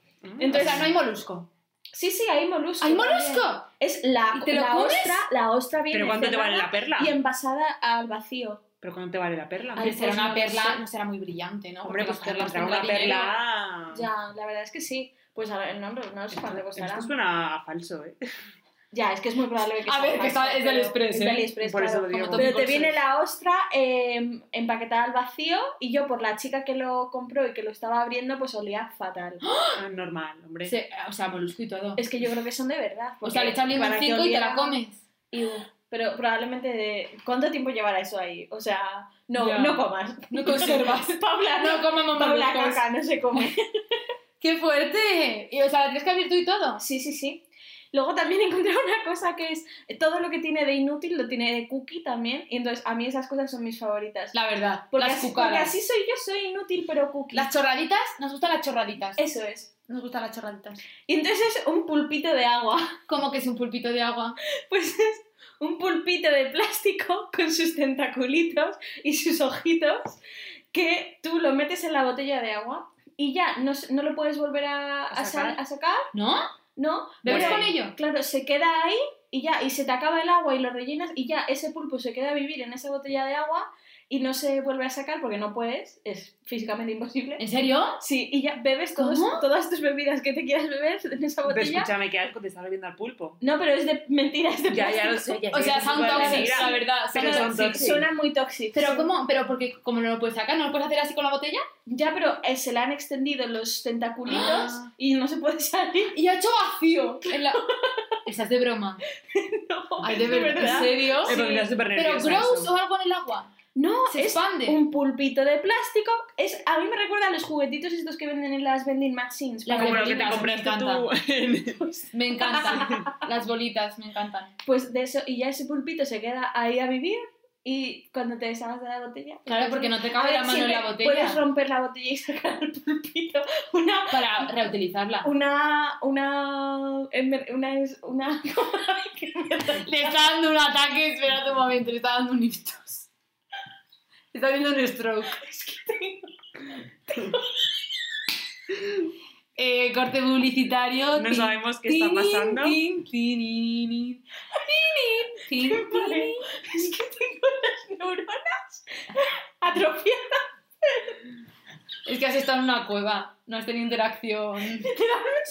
Speaker 2: Entonces,
Speaker 1: Mm.
Speaker 3: Entonces-
Speaker 2: o sea, no hay molusco.
Speaker 3: Sí, sí, hay molusco.
Speaker 2: ¡Hay
Speaker 3: también.
Speaker 2: molusco!
Speaker 3: Es la,
Speaker 2: ¿Y te lo
Speaker 3: la
Speaker 2: comes?
Speaker 3: ostra, la ostra bien
Speaker 1: ¿Pero cuánto te vale la perla?
Speaker 3: ¿Mm? Y envasada al vacío.
Speaker 1: ¿Pero cuánto te vale la perla?
Speaker 3: Ay,
Speaker 2: será
Speaker 3: pues
Speaker 2: una
Speaker 3: no
Speaker 2: perla,
Speaker 3: sé.
Speaker 2: no será muy brillante, ¿no?
Speaker 1: Hombre,
Speaker 2: Porque
Speaker 1: pues
Speaker 2: las perlas
Speaker 1: te encontrar
Speaker 2: son
Speaker 1: una
Speaker 2: platino.
Speaker 1: perla...
Speaker 3: Ya, la verdad es que sí. Pues a ver, no, no sé cuánto
Speaker 1: Esto,
Speaker 3: costará.
Speaker 1: esto suena a falso, ¿eh?
Speaker 3: Ya, es que es muy probable que
Speaker 2: A
Speaker 3: sea
Speaker 2: ver, que
Speaker 3: falso,
Speaker 2: está- es del
Speaker 3: pero-
Speaker 2: Express,
Speaker 3: es
Speaker 2: ¿eh?
Speaker 3: del Express,
Speaker 1: Por eso
Speaker 3: claro.
Speaker 1: lo digo.
Speaker 2: como todo.
Speaker 3: Pero te
Speaker 2: Corsés.
Speaker 3: viene la ostra eh, empaquetada al vacío y yo por la chica que lo compró y que lo estaba abriendo pues olía fatal.
Speaker 1: Ah, normal, hombre.
Speaker 2: Se- o sea, molusco y todo.
Speaker 3: Es que yo creo que son de verdad.
Speaker 2: o
Speaker 3: porque
Speaker 2: sea, le echas un
Speaker 3: para que
Speaker 2: limoncito y te
Speaker 3: oliera-
Speaker 2: la comes.
Speaker 3: Y, uh, pero probablemente de... ¿Cuánto tiempo llevará eso ahí? O sea, no,
Speaker 2: Ya.
Speaker 3: no comas.
Speaker 2: No conservas.
Speaker 3: <laughs> Paula,
Speaker 2: no comamos
Speaker 3: Paula,
Speaker 2: moluscos.
Speaker 3: caca, no se come. <laughs>
Speaker 2: ¡Qué fuerte! Y, o sea, la tienes que abrir tú y todo.
Speaker 3: Sí, sí, sí. Luego también encontré una cosa que es eh, todo lo que tiene de inútil lo tiene de cookie también. Y entonces a mí esas cosas son mis favoritas.
Speaker 2: La verdad.
Speaker 3: Porque,
Speaker 2: las
Speaker 3: así,
Speaker 2: cucaras.
Speaker 3: porque así soy yo, soy inútil pero cookie.
Speaker 2: Las chorraditas, nos gustan las chorraditas.
Speaker 3: Eso es.
Speaker 2: Nos gustan las chorraditas.
Speaker 3: Y entonces es un pulpito de agua. <laughs>
Speaker 2: Como que es un pulpito de agua.
Speaker 3: Pues es un pulpito de plástico con sus tentaculitos y sus ojitos que tú lo metes en la botella de agua y ya no, se- no lo puedes volver a,
Speaker 1: ¿A
Speaker 3: a sal-
Speaker 1: sacar?
Speaker 3: a sacar,
Speaker 2: ¿No?
Speaker 3: ¿no?
Speaker 2: ¿Bebes
Speaker 3: Pero-
Speaker 2: con ello?
Speaker 3: Claro, se queda ahí y ya, y se te acaba el agua y lo rellenas y ya ese pulpo se queda a vivir en esa botella de agua y no se vuelve a sacar porque no puedes, es físicamente imposible.
Speaker 2: ¿En serio?
Speaker 3: Sí, y ya bebes todos-
Speaker 2: ¿Cómo?
Speaker 3: todas tus bebidas que te quieras beber en esa
Speaker 1: Pero
Speaker 3: botella.
Speaker 1: escúchame, qué asco, te está bebiendo al
Speaker 3: <laughs>
Speaker 1: pulpo.
Speaker 3: No, pero es de mentiras de
Speaker 1: Ya, ya lo
Speaker 3: plástico.
Speaker 1: sé. Ya,
Speaker 2: O
Speaker 1: sé
Speaker 2: sea,
Speaker 1: que
Speaker 2: son
Speaker 1: es una
Speaker 2: tóxicos,
Speaker 1: mentira.
Speaker 2: la verdad. son
Speaker 1: Pero son
Speaker 2: tóxicos.
Speaker 1: tóxicos.
Speaker 3: Suena muy tóxico.
Speaker 2: Pero
Speaker 3: sí.
Speaker 2: ¿cómo? Pero porque como no lo puedes sacar, ¿no lo puedes hacer así con la botella?
Speaker 3: Ya, pero eh, se le han extendido los tentaculitos
Speaker 2: Ah.
Speaker 3: y no se puede <laughs> salir.
Speaker 2: Y ha hecho vacío. En <laughs> la... Estás de broma.
Speaker 3: No,
Speaker 2: Ay, de verdad. ¿En serio?
Speaker 1: Eh, Me pondría súper
Speaker 2: Pero
Speaker 1: nerviosa
Speaker 2: gross
Speaker 1: eso.
Speaker 2: o algo en el agua.
Speaker 3: No,
Speaker 2: Se
Speaker 3: es
Speaker 2: expande.
Speaker 3: un pulpito de plástico. Es, a mí me recuerda a los juguetitos estos que venden en las vending machines.
Speaker 2: Las
Speaker 1: Como lo que te
Speaker 2: bolitas, me
Speaker 1: compraste tú <laughs> en-
Speaker 2: Me <laughs> encantan. Las bolitas, me encantan.
Speaker 3: Pues de eso, y ya ese pulpito se queda ahí a vivir y cuando te deshagas de la botella... pues,
Speaker 2: Claro, porque no te
Speaker 3: A
Speaker 2: cabe
Speaker 3: ver,
Speaker 2: la mano en
Speaker 3: siempre
Speaker 2: la
Speaker 3: Puedes
Speaker 2: botella
Speaker 3: romper la botella y sacar el pulpito. Una...
Speaker 2: para reutilizarla.
Speaker 3: Una... Una... enver- Una... es- una... ¿Qué mierda?
Speaker 2: Le está dando un ataque, espérate un momento, le está dando un ictus. Le está dando un stroke. <laughs> Eh, corte publicitario.
Speaker 1: No
Speaker 2: Tin,
Speaker 1: sabemos qué está
Speaker 2: tin,
Speaker 1: pasando.
Speaker 2: tin, tin, tin, tin, tin, tin, tin.
Speaker 3: <laughs> es que tengo las neuronas atrofiadas.
Speaker 2: Es que has estado en una cueva, no has tenido interacción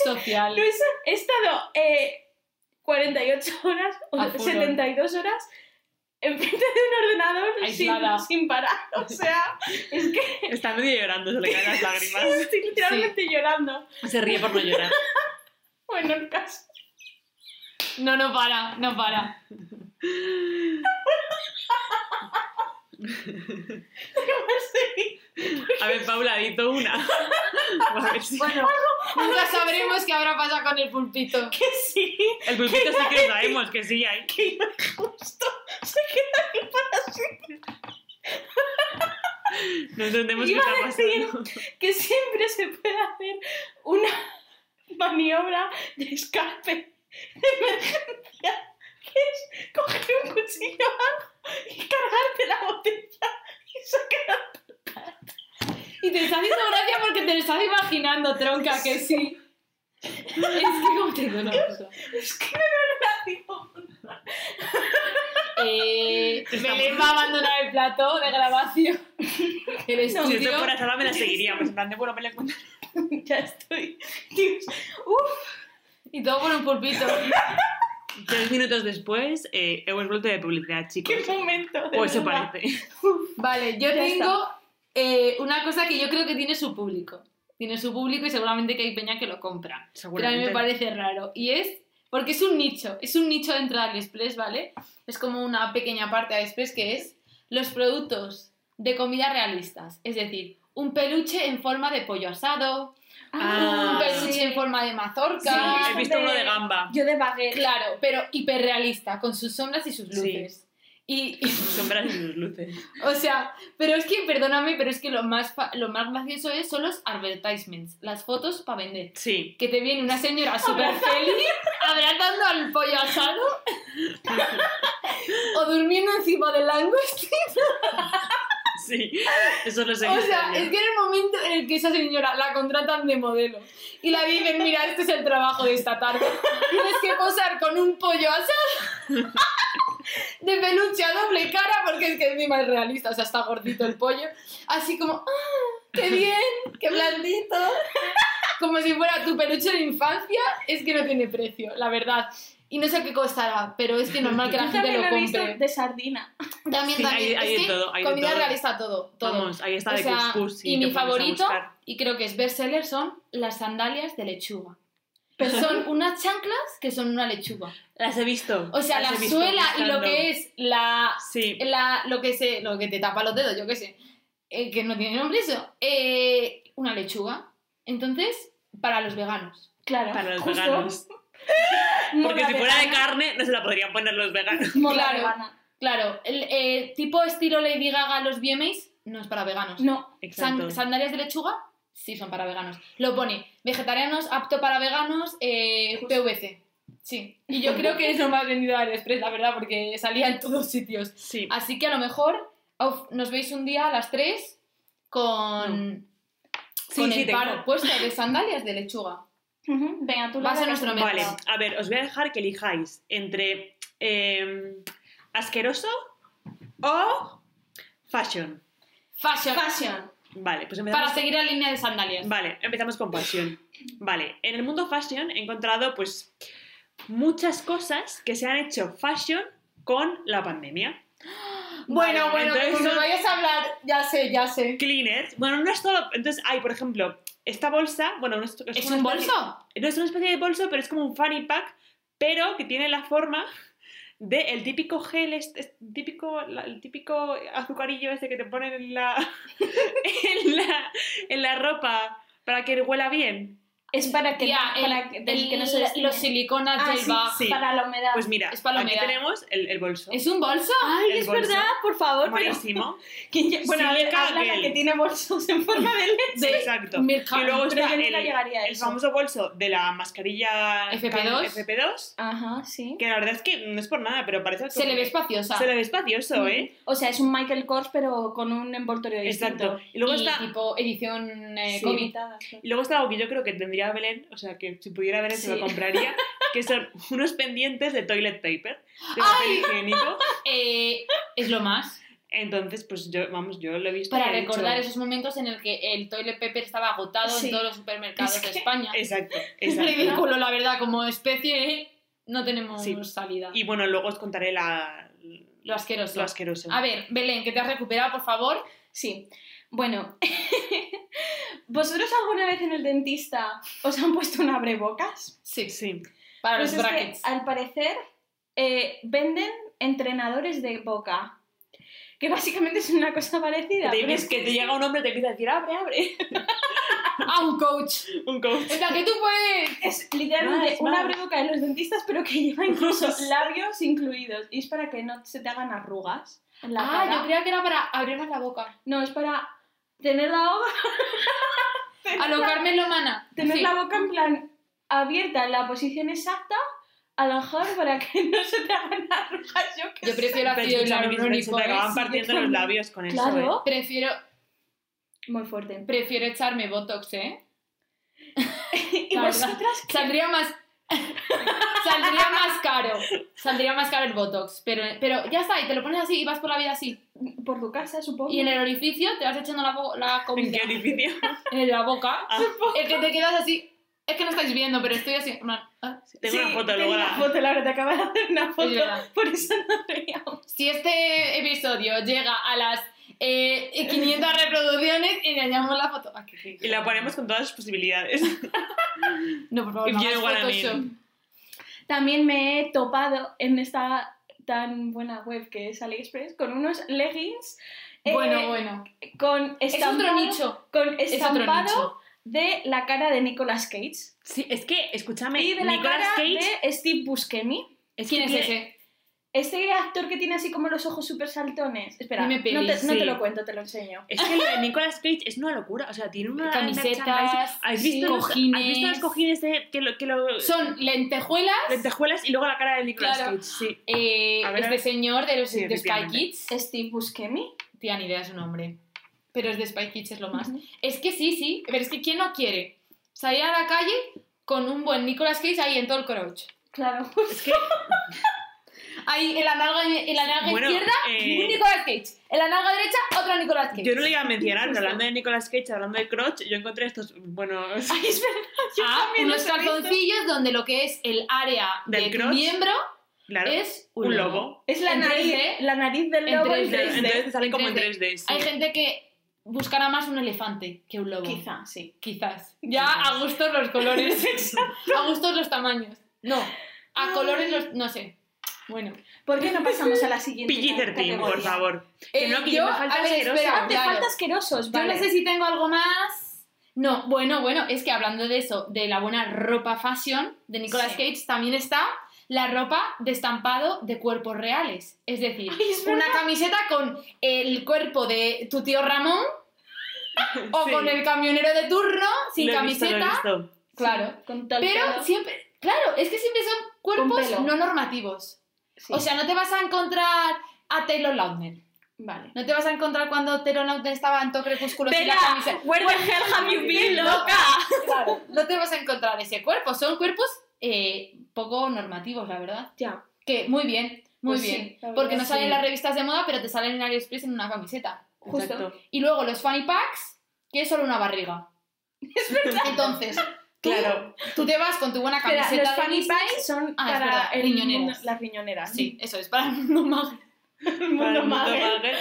Speaker 2: social.
Speaker 3: Luisa, he estado eh, 48 horas
Speaker 2: A
Speaker 3: o
Speaker 2: full
Speaker 3: 72 horas enfrente de un ordenador
Speaker 2: Aislada.
Speaker 3: sin, sin parar. O sea, es que
Speaker 1: Está medio llorando, se le caen las
Speaker 3: <laughs>
Speaker 1: lágrimas.
Speaker 3: estoy literalmente llorando.
Speaker 1: Se ríe por no llorar.
Speaker 3: Bueno, el caso. <laughs>
Speaker 2: No, no para, no para.
Speaker 1: A ver, Paula, dito <laughs> una. A ver si-
Speaker 3: Bueno,
Speaker 2: Nunca sabremos qué habrá pasado con el pulpito.
Speaker 3: que sí,
Speaker 1: El pulpito sí que lo sabemos, que sí hay.
Speaker 3: que yo justo se queda ahí para siempre.
Speaker 1: No entendemos qué
Speaker 3: Iba
Speaker 1: está
Speaker 3: a decir-
Speaker 1: pasando.
Speaker 3: Que siempre se puede hacer una <laughs> maniobra de escape <laughs> de emergencia, que es coger un cuchillo o algo y cargarte la botella y sacar
Speaker 2: Y te está haciendo gracia porque te lo estás imaginando, tronca, que sí. Es que como te conozco.
Speaker 3: Es que no lo relaciono.
Speaker 2: Eh, Belén va a abandonar el plató de grabación. El
Speaker 1: Si
Speaker 2: estudio.
Speaker 1: esto fuera sala me la seguiría, pues en plan de bueno, me la encuentro.
Speaker 3: <laughs> Ya estoy. Dios. Uf.
Speaker 2: Y todo por un pulpito.
Speaker 1: Tres minutos después, eh, hemos vuelto de publicidad, chicos.
Speaker 3: Qué momento. de
Speaker 1: O eso
Speaker 3: verdad.
Speaker 1: parece.
Speaker 2: Vale, yo
Speaker 3: Ya
Speaker 2: tengo eh, una cosa que yo creo que tiene su público. Tiene su público y seguramente que hay peña que lo compra. Pero a mí me parece raro. Y es porque es un nicho, es un nicho dentro de AliExpress, ¿vale? Es como una pequeña parte de AliExpress que es los productos de comida realistas. Es decir, un peluche en forma de pollo asado,
Speaker 1: Ah,
Speaker 2: un peluche
Speaker 3: pues sí.
Speaker 2: en forma de mazorca.
Speaker 1: Sí, he visto uno de gamba.
Speaker 3: Yo de baguette.
Speaker 2: Claro, pero hiperrealista, con sus sombras y sus luces. Y,
Speaker 1: Sombras y sus luces.
Speaker 2: o sea, pero es que, perdóname, pero es que lo más, fa- lo más gracioso es, son los advertisements, las fotos para vender
Speaker 1: Sí.
Speaker 2: que te viene una señora súper feliz abrazando al pollo asado o durmiendo encima del langostino.
Speaker 1: Sí. Eso lo sé.
Speaker 2: O sea, es que en el momento en el que esa señora la contratan de modelo y la dicen, mira, este es el trabajo de esta tarde, tienes que posar con un pollo asado <laughs> de peluche a doble cara porque es que encima es realista, o sea, está gordito el pollo, así como, "Ah, qué bien, qué blandito. Como si fuera tu peluche de infancia, es que no tiene precio, la verdad. Y no sé qué costará, pero es que normal que la
Speaker 3: Yo
Speaker 2: gente
Speaker 3: también
Speaker 2: lo
Speaker 3: lo he visto
Speaker 2: compre.
Speaker 3: de sardina.
Speaker 2: También,
Speaker 1: Sí,
Speaker 2: también.
Speaker 1: hay- hay
Speaker 2: es
Speaker 1: de
Speaker 2: que
Speaker 1: todo, hay de
Speaker 2: comida
Speaker 1: todo.
Speaker 2: realista, todo, todo.
Speaker 1: Vamos, ahí está
Speaker 2: O
Speaker 1: de
Speaker 2: sea,
Speaker 1: couscous. sí,
Speaker 2: y
Speaker 1: te
Speaker 2: mi
Speaker 1: pones a
Speaker 2: favorito,
Speaker 1: buscar.
Speaker 2: y creo que es bestseller, son las sandalias de lechuga. Pero
Speaker 1: <laughs>
Speaker 2: son unas chanclas que son una lechuga.
Speaker 1: Las he visto.
Speaker 2: O sea,
Speaker 1: las
Speaker 2: la
Speaker 1: he visto
Speaker 2: suela y lo
Speaker 1: buscando.
Speaker 2: que es la,
Speaker 1: Sí.
Speaker 2: la- lo que se, lo que te tapa los dedos, yo qué sé, eh, que no tiene nombre eso, eh, una lechuga. Entonces, para los veganos.
Speaker 3: Claro.
Speaker 1: Para los
Speaker 3: justo.
Speaker 1: veganos.
Speaker 3: Moda
Speaker 1: Porque si fuera de
Speaker 3: vegana.
Speaker 1: carne, no se la podrían poner
Speaker 2: <laughs>
Speaker 1: los veganos.
Speaker 3: Moda
Speaker 2: Claro.
Speaker 3: vegana.
Speaker 2: Claro, el, eh, tipo estilo Lady Gaga los VMAs no es para veganos.
Speaker 3: No.
Speaker 2: San-
Speaker 1: Exacto.
Speaker 2: sandalias de lechuga sí son para veganos. Lo pone vegetarianos, apto para veganos, eh, PVC. Sí. Y yo creo que es lo más vendido de AliExpress, la verdad, porque salía en todos sitios.
Speaker 1: Sí.
Speaker 2: Así que a lo mejor auf, nos veis un día a las 3 con,
Speaker 1: Sí,
Speaker 2: con
Speaker 1: sí,
Speaker 2: el
Speaker 1: tengo.
Speaker 2: par puesto de sandalias de lechuga.
Speaker 3: Ujú, Venga, tú
Speaker 2: Va a ser
Speaker 3: la
Speaker 2: nuestro
Speaker 3: sardina.
Speaker 1: Vale,
Speaker 2: mercado.
Speaker 1: a ver, os voy a dejar que elijáis entre eh, asqueroso o fashion.
Speaker 2: Fashion.
Speaker 3: Fashion.
Speaker 1: Vale, pues empezamos.
Speaker 2: Para seguir la línea de sandalias.
Speaker 1: Vale, empezamos con fashion. Vale, en el mundo fashion he encontrado pues muchas cosas que se han hecho fashion con la pandemia.
Speaker 2: <gasps> Bueno,
Speaker 1: Vale,
Speaker 2: bueno,
Speaker 1: entonces
Speaker 2: como me
Speaker 1: son-
Speaker 2: vayas a hablar, ya sé, ya sé.
Speaker 1: Cleaners, bueno, no es todo. Entonces hay, por ejemplo, esta bolsa, bueno, no es, es
Speaker 2: ¿Es
Speaker 1: como
Speaker 2: un
Speaker 1: una especie-
Speaker 2: bolso?
Speaker 1: No es una especie de bolso, pero es como un fanny pack, pero que tiene la forma de el típico gel, es- es típico, la- el típico azucarillo ese que te ponen en la, <laughs> en la, en la ropa para que huela bien.
Speaker 3: Es para que,
Speaker 2: Tía, el-
Speaker 3: para que, del que no se
Speaker 2: el-
Speaker 3: destine.
Speaker 2: los siliconas
Speaker 3: Ah,
Speaker 2: del
Speaker 3: sí,
Speaker 2: bajo.
Speaker 1: sí.
Speaker 3: Para la humedad.
Speaker 1: Pues mira,
Speaker 2: Es para la
Speaker 1: aquí
Speaker 2: humedad.
Speaker 1: tenemos el, el bolso.
Speaker 2: ¿Es un bolso?
Speaker 3: Ay,
Speaker 1: el
Speaker 3: es
Speaker 1: bolso.
Speaker 3: verdad, por favor.
Speaker 2: <laughs>
Speaker 3: pero-
Speaker 1: buenísimo.
Speaker 3: ¿Quién lle- bueno, a ver,
Speaker 1: Silica
Speaker 3: habla la
Speaker 1: gel.
Speaker 3: que tiene bolsos en forma de leche.
Speaker 2: De
Speaker 1: Exacto.
Speaker 2: Milka-
Speaker 1: Y luego
Speaker 3: Pero
Speaker 1: está
Speaker 3: yo nunca
Speaker 1: el,
Speaker 3: llegaría a
Speaker 1: el
Speaker 3: eso.
Speaker 1: famoso bolso de la mascarilla
Speaker 2: FP2.
Speaker 1: FP2,
Speaker 3: Ajá, sí.
Speaker 1: que la verdad es que no es por nada, pero parece
Speaker 2: Se le ve espaciosa. Mm,
Speaker 1: Se le ve espacioso, ¿eh?
Speaker 3: O sea, es un Michael Kors, pero con un envoltorio distinto.
Speaker 1: Exacto. Y luego
Speaker 2: y
Speaker 1: está
Speaker 2: tipo edición eh,
Speaker 3: Sí.
Speaker 2: COVID.
Speaker 1: Y luego está algo que yo creo que tendría Belén, o sea, que si pudiera Belén se
Speaker 3: Sí.
Speaker 1: lo
Speaker 2: <laughs>
Speaker 1: compraría, que son unos pendientes de toilet paper, de papel
Speaker 2: ¡Ay!
Speaker 1: higiénico.
Speaker 2: Eh, es lo más.
Speaker 1: Entonces, pues yo, vamos, yo lo he visto. y
Speaker 2: Para
Speaker 1: he dicho-
Speaker 2: recordar esos momentos en el que el toilet paper estaba agotado
Speaker 3: Sí.
Speaker 2: en todos los supermercados
Speaker 3: Es
Speaker 2: de
Speaker 3: que-
Speaker 2: España. <laughs>
Speaker 1: Exacto,
Speaker 2: Es
Speaker 1: exacto.
Speaker 2: ridículo, la verdad. Como especie eh, no tenemos
Speaker 1: Sí.
Speaker 2: salida.
Speaker 1: Y bueno, luego os contaré la...
Speaker 2: Lo asqueroso.
Speaker 1: Lo asqueroso.
Speaker 2: A ver, Belén, que te has recuperado, por favor.
Speaker 3: Sí. Bueno, <laughs> ¿vosotros alguna vez en el dentista os han puesto un abrebocas?
Speaker 2: Sí.
Speaker 1: Sí,
Speaker 2: Para
Speaker 3: Pues
Speaker 2: los
Speaker 3: es que,
Speaker 2: brackets.
Speaker 3: al parecer, eh, venden entrenadores de boca. Que básicamente es una cosa
Speaker 1: que
Speaker 3: parecida.
Speaker 1: te,
Speaker 3: pero es
Speaker 1: es que te llega un hombre y te empieza a decir, abre, abre, <laughs>
Speaker 2: Ah, un coach.
Speaker 1: un coach.
Speaker 2: En plan que tú puedes.
Speaker 3: Es literalmente
Speaker 1: Más,
Speaker 3: un
Speaker 1: más.
Speaker 3: abrebocas de los dentistas, pero que <laughs> lleva incluso
Speaker 1: Más.
Speaker 3: labios incluidos. Y es para que no se te hagan arrugas en la
Speaker 2: Ah,
Speaker 3: cara.
Speaker 2: yo creía que era para abrirnos la boca.
Speaker 3: No, es para tener la boca,
Speaker 2: A lo Carmen Lomana.
Speaker 3: tener
Speaker 2: Sí.
Speaker 3: la boca en plan abierta en la posición exacta, a lo mejor para que no se te hagan arrugas. Yo que
Speaker 2: Yo prefiero
Speaker 1: Pero
Speaker 2: ácido
Speaker 1: escúchame, que se
Speaker 2: hialurónico.
Speaker 1: te
Speaker 2: ¿eh?
Speaker 1: acaban
Speaker 3: sí, yo
Speaker 1: partiendo los
Speaker 3: también.
Speaker 1: labios con eso, ¿eh?
Speaker 3: Claro,
Speaker 2: Prefiero, ¿eh?
Speaker 3: muy fuerte.
Speaker 2: prefiero echarme botox, ¿eh?
Speaker 3: <laughs> ¿Y
Speaker 2: La verdad.
Speaker 3: vosotras?
Speaker 2: Saldría más. <laughs> Saldría más caro. Saldría más caro el botox. Pero, pero ya está, y te lo pones así y vas por la vida así.
Speaker 3: Por tu casa, supongo.
Speaker 2: Y en el orificio te vas echando la, bo- la
Speaker 1: ¿En
Speaker 2: comida
Speaker 1: <laughs> qué edificio?
Speaker 2: en la boca.
Speaker 1: Ah.
Speaker 2: Es que te quedas así. Es que no estáis viendo, pero estoy así. en plan, ah.
Speaker 1: Tengo
Speaker 3: Sí,
Speaker 1: una foto,
Speaker 3: tengo
Speaker 1: luego
Speaker 3: una
Speaker 1: la...
Speaker 3: foto, Laura, te acabas de hacer una foto.
Speaker 2: verdad.
Speaker 3: por eso no veíamos.
Speaker 2: Si este episodio llega a las eh, 500 reproducciones, engañamos la foto. Ah, qué rico.
Speaker 1: Y la ponemos con todas sus posibilidades.
Speaker 2: No, por favor,
Speaker 1: If
Speaker 2: no
Speaker 1: you
Speaker 2: hagas
Speaker 1: know what I
Speaker 2: Photoshop.
Speaker 1: mean.
Speaker 3: También me he topado en esta tan buena web que es AliExpress con unos leggings eh,
Speaker 2: Bueno, bueno.
Speaker 3: con
Speaker 2: Es otro
Speaker 3: estampado,
Speaker 2: nicho.
Speaker 3: con
Speaker 2: Es otro
Speaker 3: estampado
Speaker 2: nicho.
Speaker 3: de la cara de Nicolas Cage
Speaker 1: <laughs> Sí, es que, escúchame,
Speaker 3: y de la
Speaker 1: Nicolas
Speaker 3: cara
Speaker 1: Cage...
Speaker 3: de Steve Buscemi.
Speaker 2: ¿Quién es
Speaker 1: tiene-
Speaker 2: ese?
Speaker 3: Este actor que tiene así como los ojos súper saltones. Espera,
Speaker 2: Dime
Speaker 3: no te,
Speaker 2: pelis,
Speaker 3: no te
Speaker 1: sí.
Speaker 3: lo cuento, te lo enseño.
Speaker 1: Es que lo
Speaker 2: <laughs>
Speaker 1: de Nicolas Cage es una locura. O sea, tiene una
Speaker 2: Camisetas,
Speaker 1: merchandise- Ah, ¿Has visto, los,
Speaker 2: cojines.
Speaker 1: ¿Has visto los cojines de, que lo, que lo-
Speaker 2: Son lentejuelas.
Speaker 1: lentejuelas y luego la cara de Nicolas
Speaker 2: Claro.
Speaker 1: Cage? Sí.
Speaker 2: eh,
Speaker 1: A ver,
Speaker 2: es
Speaker 1: a
Speaker 2: de
Speaker 1: ver.
Speaker 2: señor de los
Speaker 1: Sí,
Speaker 2: de Spy
Speaker 1: efectivamente.
Speaker 2: Kids.
Speaker 3: Steve Buscemi.
Speaker 2: Tía, ni idea su nombre. Pero es de Spy Kids, es lo más. Es que sí, sí. Pero es que ¿quién no quiere salir a la calle con un buen Nicolas Cage ahí en todo el crouch?
Speaker 3: Claro. <laughs>
Speaker 1: Es que,
Speaker 2: Ahí en la nalga, en la nalga
Speaker 1: Bueno,
Speaker 2: izquierda,
Speaker 1: eh,
Speaker 2: un Nicolas Cage. En la nalga derecha, otro Nicolas Cage.
Speaker 1: yo no lo iba a mencionar, pero hablando de Nicolas Cage, hablando de Crotch, yo encontré estos, bueno,
Speaker 3: Ay, espera, yo
Speaker 2: Ah,
Speaker 3: también
Speaker 2: unos
Speaker 3: los he visto.
Speaker 2: calzoncillos donde lo que es el área
Speaker 1: Del
Speaker 2: del
Speaker 1: crotch.
Speaker 2: miembro
Speaker 1: claro,
Speaker 2: es
Speaker 1: un lobo.
Speaker 3: Es la
Speaker 2: En
Speaker 3: nariz,
Speaker 2: 3D.
Speaker 3: la nariz del
Speaker 2: En
Speaker 3: lobo este. en
Speaker 2: 3D.
Speaker 3: 3D.
Speaker 1: Entonces te sale como en
Speaker 2: 3D.
Speaker 1: 3D. sí.
Speaker 2: Hay gente que buscará más un elefante que un lobo.
Speaker 3: Quizá, sí.
Speaker 2: Quizás. Ya a gustos los <laughs> colores. a gustos los tamaños. No. A colores los. No sé. Bueno.
Speaker 3: ¿Por qué no pasamos a la siguiente
Speaker 1: PG-13, por
Speaker 3: categoría?
Speaker 1: favor. Que no, que
Speaker 2: Eh, yo,
Speaker 1: yo me falta
Speaker 2: a ver,
Speaker 1: asqueroso.
Speaker 2: espera,
Speaker 3: Ah, te
Speaker 2: claro.
Speaker 3: falta asquerosos,
Speaker 2: Yo
Speaker 3: vale.
Speaker 2: no sé si tengo algo más. No, bueno, bueno, es que hablando de eso, de la buena ropa fashion de Nicolas
Speaker 3: Sí.
Speaker 2: Cage, también está la ropa de estampado de cuerpos reales. Es decir,
Speaker 3: Ay, es
Speaker 2: una camiseta con el cuerpo de tu tío Ramón o
Speaker 1: Sí.
Speaker 2: con el camionero de turno sin
Speaker 1: Lo he visto, lo he
Speaker 2: camiseta.
Speaker 1: visto.
Speaker 2: Claro.
Speaker 3: Con tal
Speaker 2: Pero
Speaker 3: pelo.
Speaker 2: siempre, claro, es que siempre son
Speaker 3: pelo.
Speaker 2: cuerpos no normativos.
Speaker 3: Sí.
Speaker 2: O sea, no te vas a encontrar a Taylor Lautner.
Speaker 3: vale.
Speaker 2: No te vas a encontrar cuando Taylor Lautner estaba en todo crepúsculo sin la
Speaker 3: Vela,
Speaker 2: camisa.
Speaker 3: where the hell have you been, loca?
Speaker 2: Claro, no te vas a encontrar ese cuerpo. Son cuerpos eh, poco normativos, la verdad.
Speaker 3: Ya.
Speaker 2: Que muy bien, muy
Speaker 3: Pues sí,
Speaker 2: bien.
Speaker 3: la verdad
Speaker 2: Porque no
Speaker 3: sí.
Speaker 2: salen las revistas de moda, pero te salen en AliExpress en una camiseta.
Speaker 3: Justo.
Speaker 1: Exacto.
Speaker 2: Y luego los fanny packs, que es solo una barriga.
Speaker 3: <laughs>
Speaker 2: Es verdad. Entonces, tú,
Speaker 1: Claro.
Speaker 2: tú te vas con tu buena
Speaker 3: Espera,
Speaker 2: camiseta
Speaker 3: los
Speaker 2: de
Speaker 3: fanny
Speaker 2: Disney.
Speaker 3: packs son
Speaker 2: Ah, es
Speaker 3: para
Speaker 2: verdad,
Speaker 3: el
Speaker 2: riñoneras.
Speaker 3: mundo- las riñoneras.
Speaker 2: Sí, eso es para <laughs> el mundo mag-
Speaker 3: <laughs> el mundo magel.
Speaker 2: son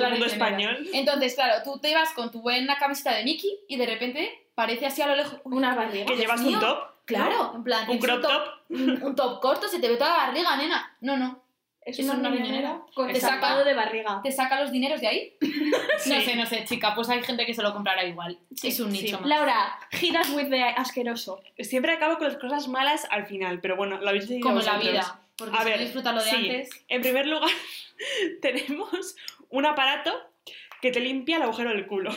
Speaker 2: las
Speaker 1: mundo
Speaker 2: riñoneras.
Speaker 1: español.
Speaker 2: Entonces, claro, tú te vas con tu buena camiseta de Mickey y de repente parece así a lo lejos. uy,
Speaker 3: Una barriga.
Speaker 1: Que
Speaker 2: Dios
Speaker 1: llevas
Speaker 2: mío.
Speaker 1: un top,
Speaker 2: Claro, en plan,
Speaker 1: un
Speaker 2: tienes
Speaker 1: crop top.
Speaker 2: un top corto, se te ve toda la barriga, nena. No, no.
Speaker 3: Es
Speaker 2: ¿Es
Speaker 3: una,
Speaker 2: una
Speaker 3: riñonera
Speaker 2: riñonera?
Speaker 3: con
Speaker 1: Te
Speaker 2: saca-
Speaker 3: destapado de barriga.
Speaker 2: ¿Te saca los dineros de
Speaker 1: <laughs>
Speaker 2: ahí? No
Speaker 1: Sí.
Speaker 2: sé, no sé, chica, pues hay gente que se lo comprará igual. es un
Speaker 1: sí.
Speaker 2: nicho más.
Speaker 3: Laura, giras with the
Speaker 1: Eh,
Speaker 3: asqueroso.
Speaker 1: Siempre acabo con las cosas malas al final, pero bueno, lo habéis decidido
Speaker 2: Como la
Speaker 1: vosotros.
Speaker 2: vida. Porque
Speaker 1: A
Speaker 2: si
Speaker 1: ver,
Speaker 2: no disfrutas lo de
Speaker 1: sí.
Speaker 2: antes.
Speaker 1: En primer lugar, <laughs> tenemos un aparato que te limpia el agujero del culo.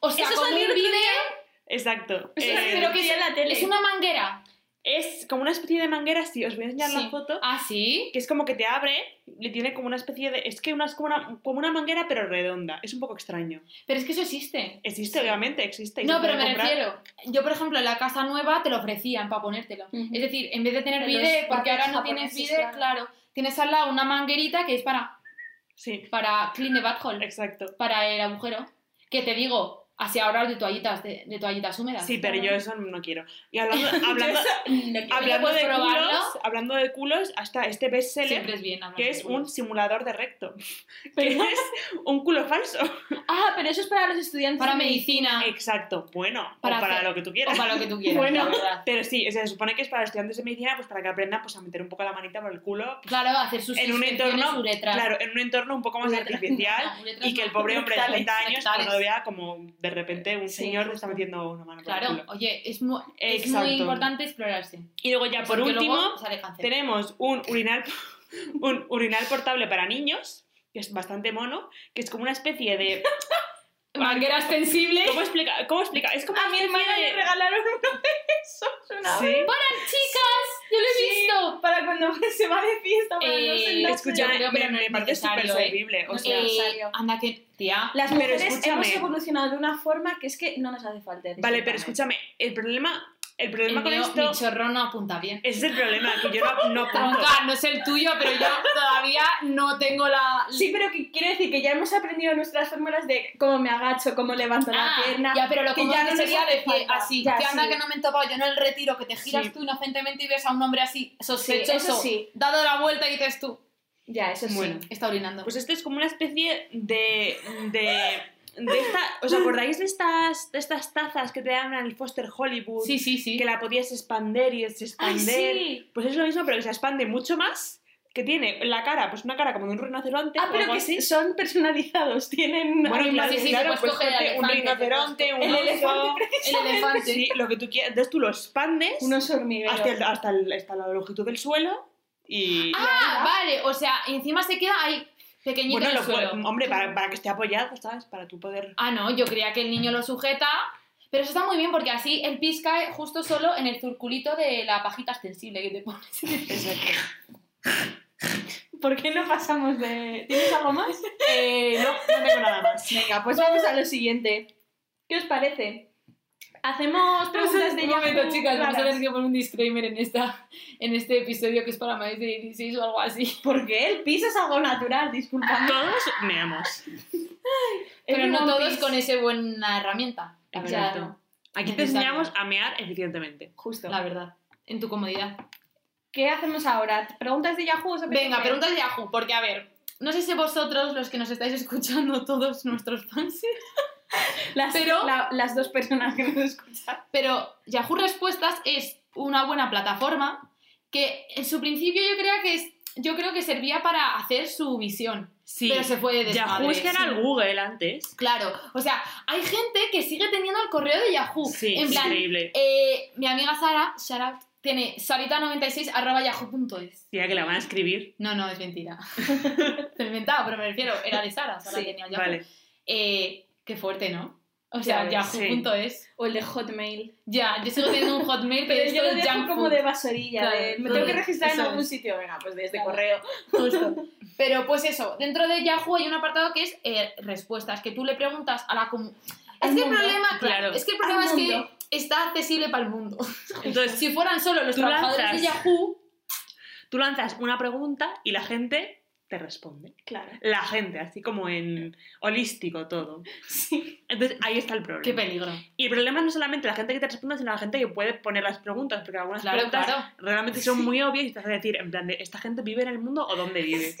Speaker 2: O sea,
Speaker 3: Eso
Speaker 2: como un
Speaker 3: salió el otro
Speaker 2: vídeo
Speaker 1: Exacto.
Speaker 3: Eso
Speaker 1: Eh,
Speaker 3: salió
Speaker 2: pero que
Speaker 3: vi en la tele.
Speaker 2: Es una manguera.
Speaker 1: es como una especie de manguera, sí, os voy a enseñar
Speaker 2: Sí.
Speaker 1: la foto,
Speaker 2: Ah, sí.
Speaker 1: que es como que te abre, le tiene como una especie de... Es que una, es como una, como una manguera pero redonda, es un poco extraño.
Speaker 2: Pero es que eso existe.
Speaker 1: Existe,
Speaker 2: Sí.
Speaker 1: obviamente, existe. y se
Speaker 2: No, pero
Speaker 1: puede
Speaker 2: me
Speaker 1: comprar.
Speaker 2: refiero. Yo, por ejemplo, en la casa nueva te lo ofrecían para ponértelo.
Speaker 3: Ujú.
Speaker 2: Es decir, en vez de tener
Speaker 3: En los
Speaker 2: bidet, porque ahora no
Speaker 3: parques
Speaker 2: tienes
Speaker 3: japoneses,
Speaker 2: bidet,
Speaker 3: claro.
Speaker 2: claro. tienes al lado una manguerita que es para,
Speaker 1: Sí,
Speaker 2: para clean the butthole,
Speaker 1: exacto.
Speaker 2: para el agujero. Que te digo, así ahora de toallitas, de, de toallitas húmedas.
Speaker 1: Sí, pero yo eso no quiero.
Speaker 2: <laughs>
Speaker 1: Y hablando, hablando, hablando,
Speaker 2: Pues
Speaker 1: de
Speaker 2: probarlo.
Speaker 1: culos, hablando de culos, hasta este bestseller
Speaker 2: Siempre es bien hablar
Speaker 1: que
Speaker 2: de
Speaker 1: es
Speaker 2: culo.
Speaker 1: un simulador de recto. <laughs> Que es un culo falso.
Speaker 3: Ah, pero eso es para los estudiantes.
Speaker 2: Para
Speaker 3: de
Speaker 2: medicina
Speaker 1: Exacto, bueno,
Speaker 2: Ah. Para
Speaker 1: o para
Speaker 2: hacer-
Speaker 1: lo que tú
Speaker 2: o
Speaker 1: quieras.
Speaker 2: para lo que tú quieras,
Speaker 1: Bueno.
Speaker 2: la verdad.
Speaker 1: Pero sí, o sea, se supone que es para estudiantes de medicina, pues para que aprendan pues, a meter un poco la manita por el culo.
Speaker 2: Claro, hacer sus
Speaker 1: En un
Speaker 2: inspecciones
Speaker 1: entorno-
Speaker 2: uretras.
Speaker 1: Claro, en un entorno un poco más
Speaker 3: Uretras.
Speaker 1: artificial
Speaker 2: Ah, uretras
Speaker 1: y que el
Speaker 2: no,
Speaker 1: pobre hombre de
Speaker 2: rectales,
Speaker 1: 30 años pues,
Speaker 2: rectales.
Speaker 1: cuando vea como de repente un
Speaker 3: Sí,
Speaker 1: señor le
Speaker 3: justo.
Speaker 1: está metiendo una mano por el
Speaker 2: Claro,
Speaker 1: culo.
Speaker 2: oye, es, mu- es
Speaker 1: Exacto.
Speaker 2: muy importante explorarse.
Speaker 1: Y luego ya por
Speaker 2: Porque
Speaker 1: último...
Speaker 2: luego sale cáncer.
Speaker 1: Tenemos un urinal, <laughs> un urinal portable para niños, que es bastante mono, que es como una
Speaker 2: <laughs>
Speaker 1: especie de...
Speaker 2: manguera extensible.
Speaker 1: ¿Cómo explica? ¿Cómo explica? Es como
Speaker 3: A mi hermana le regalaron uno de esos una vez.
Speaker 2: <laughs>
Speaker 1: Sí,
Speaker 2: Chicas, yo lo he
Speaker 3: Sí.
Speaker 2: visto.
Speaker 3: Para cuando <laughs> se va de fiesta, para no
Speaker 2: Eh,
Speaker 3: sentarse.
Speaker 1: escucha,
Speaker 2: Yo creo que
Speaker 1: me,
Speaker 2: no
Speaker 1: me
Speaker 2: es
Speaker 1: parece súper
Speaker 2: necesario, ¿eh?
Speaker 1: servible. O
Speaker 3: No,
Speaker 1: sea,
Speaker 3: eh,
Speaker 2: Eh,
Speaker 3: salió.
Speaker 2: anda que tía.
Speaker 3: Las
Speaker 1: Pero
Speaker 3: mujeres
Speaker 1: escúchame.
Speaker 3: hemos evolucionado de una forma que es que no nos hace falta.
Speaker 1: vale, pero
Speaker 3: disculpadme.
Speaker 1: escúchame, el problema, el
Speaker 2: El
Speaker 1: problema con
Speaker 2: mío,
Speaker 1: esto...
Speaker 2: mi chorro no apunta bien.
Speaker 1: Ese es el problema, que yo no, no apunto.
Speaker 2: <laughs> Tronca, no es el tuyo, pero <laughs> yo todavía no tengo la.
Speaker 3: Sí, pero que quiero decir que ya hemos aprendido nuestras fórmulas de cómo me agacho, cómo levanto
Speaker 2: Ah,
Speaker 3: la pierna.
Speaker 2: ya, pero lo
Speaker 3: que
Speaker 2: común
Speaker 3: ya no nos
Speaker 2: sería
Speaker 3: hace
Speaker 2: decir
Speaker 3: falta.
Speaker 2: así,
Speaker 3: Ya,
Speaker 2: que anda
Speaker 3: sí.
Speaker 2: que no me he topado yo en el retiro, que te giras
Speaker 1: Sí.
Speaker 2: tú inocentemente y ves a un hombre así, sospechoso,
Speaker 3: eso sí.
Speaker 2: dado la vuelta y dices tú,
Speaker 3: Ya, eso sí.
Speaker 1: Bueno.
Speaker 2: está orinando.
Speaker 1: Pues esto es como una especie de... de de esta, ¿Os acordáis de estas, de estas tazas que te dan en el Foster Hollywood?
Speaker 2: sí, sí, sí.
Speaker 1: que la podías expander y
Speaker 3: ¡Ay,
Speaker 1: expander.
Speaker 3: sí!
Speaker 1: Pues es lo mismo, pero que se expande mucho más, que tiene la cara, pues una cara como de un rinoceronte
Speaker 3: Ah,
Speaker 1: o
Speaker 3: pero
Speaker 1: algo
Speaker 3: que
Speaker 1: así.
Speaker 3: son personalizados, tienen...
Speaker 1: Bueno, claro,
Speaker 2: sí, sí,
Speaker 1: claro,
Speaker 2: te
Speaker 1: pues
Speaker 2: puedes coger
Speaker 1: ponte un
Speaker 2: elefantes, te
Speaker 1: rinoceronte, un
Speaker 2: puedes-
Speaker 3: El
Speaker 1: oso,
Speaker 3: elefante,
Speaker 2: <laughs> El elefante.
Speaker 1: sí, lo que tú quieras. Entonces tú lo expandes
Speaker 3: unos hormigueros.
Speaker 1: hasta, el- hasta, el- hasta la longitud del suelo y...
Speaker 2: Ah, vale, o sea, encima se queda ahí, pequeñito
Speaker 1: bueno,
Speaker 2: en el
Speaker 1: lo cual-
Speaker 2: suelo.
Speaker 1: hombre, para, para que esté apoyado, ¿sabes? Para tú poder...
Speaker 2: Ah, no, yo creía que el niño lo sujeta, pero eso está muy bien porque así el pis cae justo solo en el circulito de la pajita extensible que te <laughs> pones.
Speaker 3: ¿Por qué no pasamos de...? ¿Tienes algo más?
Speaker 1: Eh, no, no tengo nada más.
Speaker 3: Venga, pues vamos a lo siguiente. ¿Qué os parece? Hacemos preguntas de
Speaker 2: un
Speaker 3: Yahoo
Speaker 2: momento, chicas, vamos a
Speaker 3: raras.
Speaker 2: tener que poner un disclaimer en, esta, en este episodio que es para mayores de 16 o algo así.
Speaker 3: ¿Por qué? El pis es algo natural, disculpadme.
Speaker 1: Todos meamos.
Speaker 2: <laughs> Ah, Pero no
Speaker 3: Everyone
Speaker 2: todos
Speaker 3: pis.
Speaker 2: con esa buena herramienta, la verdad.
Speaker 1: Exacto. Aquí te
Speaker 2: Necesario.
Speaker 1: enseñamos a mear eficientemente.
Speaker 3: Justo.
Speaker 2: La verdad, en tu comodidad.
Speaker 3: ¿Qué hacemos ahora? ¿Preguntas de Yahoo? o os apetece?
Speaker 2: Venga, preguntas de Yahoo, porque a ver, no sé si vosotros, los que nos estáis escuchando, <laughs> todos nuestros fans,
Speaker 3: Las,
Speaker 2: pero-
Speaker 3: la- las dos personas que nos escuchan.
Speaker 2: Pero Yahoo Respuestas es una buena plataforma que en su principio yo creo que es, yo creo que servía para hacer su visión,
Speaker 1: Sí.
Speaker 2: pero se fue de desmadre.
Speaker 1: Yahoo es que era
Speaker 2: Sí.
Speaker 1: el Google antes.
Speaker 2: Claro, o sea, hay gente que sigue teniendo el correo de Yahoo.
Speaker 1: Sí,
Speaker 2: en plan,
Speaker 1: increíble.
Speaker 2: eh, mi amiga Sara, Sara tiene sarita96 arroba yahoo.es.
Speaker 1: Tía, que la van a escribir.
Speaker 2: No, no, es
Speaker 1: <laughs>
Speaker 2: mentira. Se inventaba, pero me refiero, era de Sara, Sara
Speaker 3: Sí,
Speaker 2: tenía Yahoo.
Speaker 1: Vale.
Speaker 2: Eh, qué fuerte, ¿no? O
Speaker 3: Ya
Speaker 2: sea,
Speaker 3: ves,
Speaker 1: sí.
Speaker 2: yahoo.es.
Speaker 3: O el de Hotmail.
Speaker 2: Ya, yo sigo teniendo un hotmail, pero,
Speaker 3: Pero
Speaker 2: esto
Speaker 3: yo lo
Speaker 2: es
Speaker 3: dejo
Speaker 2: junk
Speaker 3: como
Speaker 2: food.
Speaker 3: de basurilla.
Speaker 2: Claro,
Speaker 3: de, me tengo que
Speaker 2: todo,
Speaker 3: registrar en
Speaker 2: eso
Speaker 3: algún
Speaker 2: es.
Speaker 3: sitio. Venga, pues desde
Speaker 2: Claro.
Speaker 3: correo.
Speaker 2: Justo. Pero pues eso, dentro de Yahoo hay un apartado que es eh, respuestas, que tú le preguntas a la comunidad.
Speaker 3: Al
Speaker 2: Es que, el
Speaker 3: mundo,
Speaker 2: problema,
Speaker 1: claro.
Speaker 2: es que el problema es que
Speaker 3: mundo.
Speaker 2: está accesible para el mundo.
Speaker 1: Entonces,
Speaker 2: Si fueran solo los
Speaker 1: Tú
Speaker 2: trabajadores de
Speaker 1: lanzas.
Speaker 2: Yahoo,
Speaker 1: tú lanzas una pregunta y la gente te responde.
Speaker 3: Claro. <laughs>
Speaker 1: La gente, así como en holístico todo. Entonces, ahí está el
Speaker 2: qué
Speaker 1: problema.
Speaker 2: peligro.
Speaker 1: Y el problema no es solamente la gente que te responde, sino la gente que puede poner las preguntas, porque algunas
Speaker 2: Claro,
Speaker 1: preguntas
Speaker 2: claro.
Speaker 1: realmente son muy obvias y te hace decir, en plan, de, ¿esta gente vive en el mundo o dónde vive?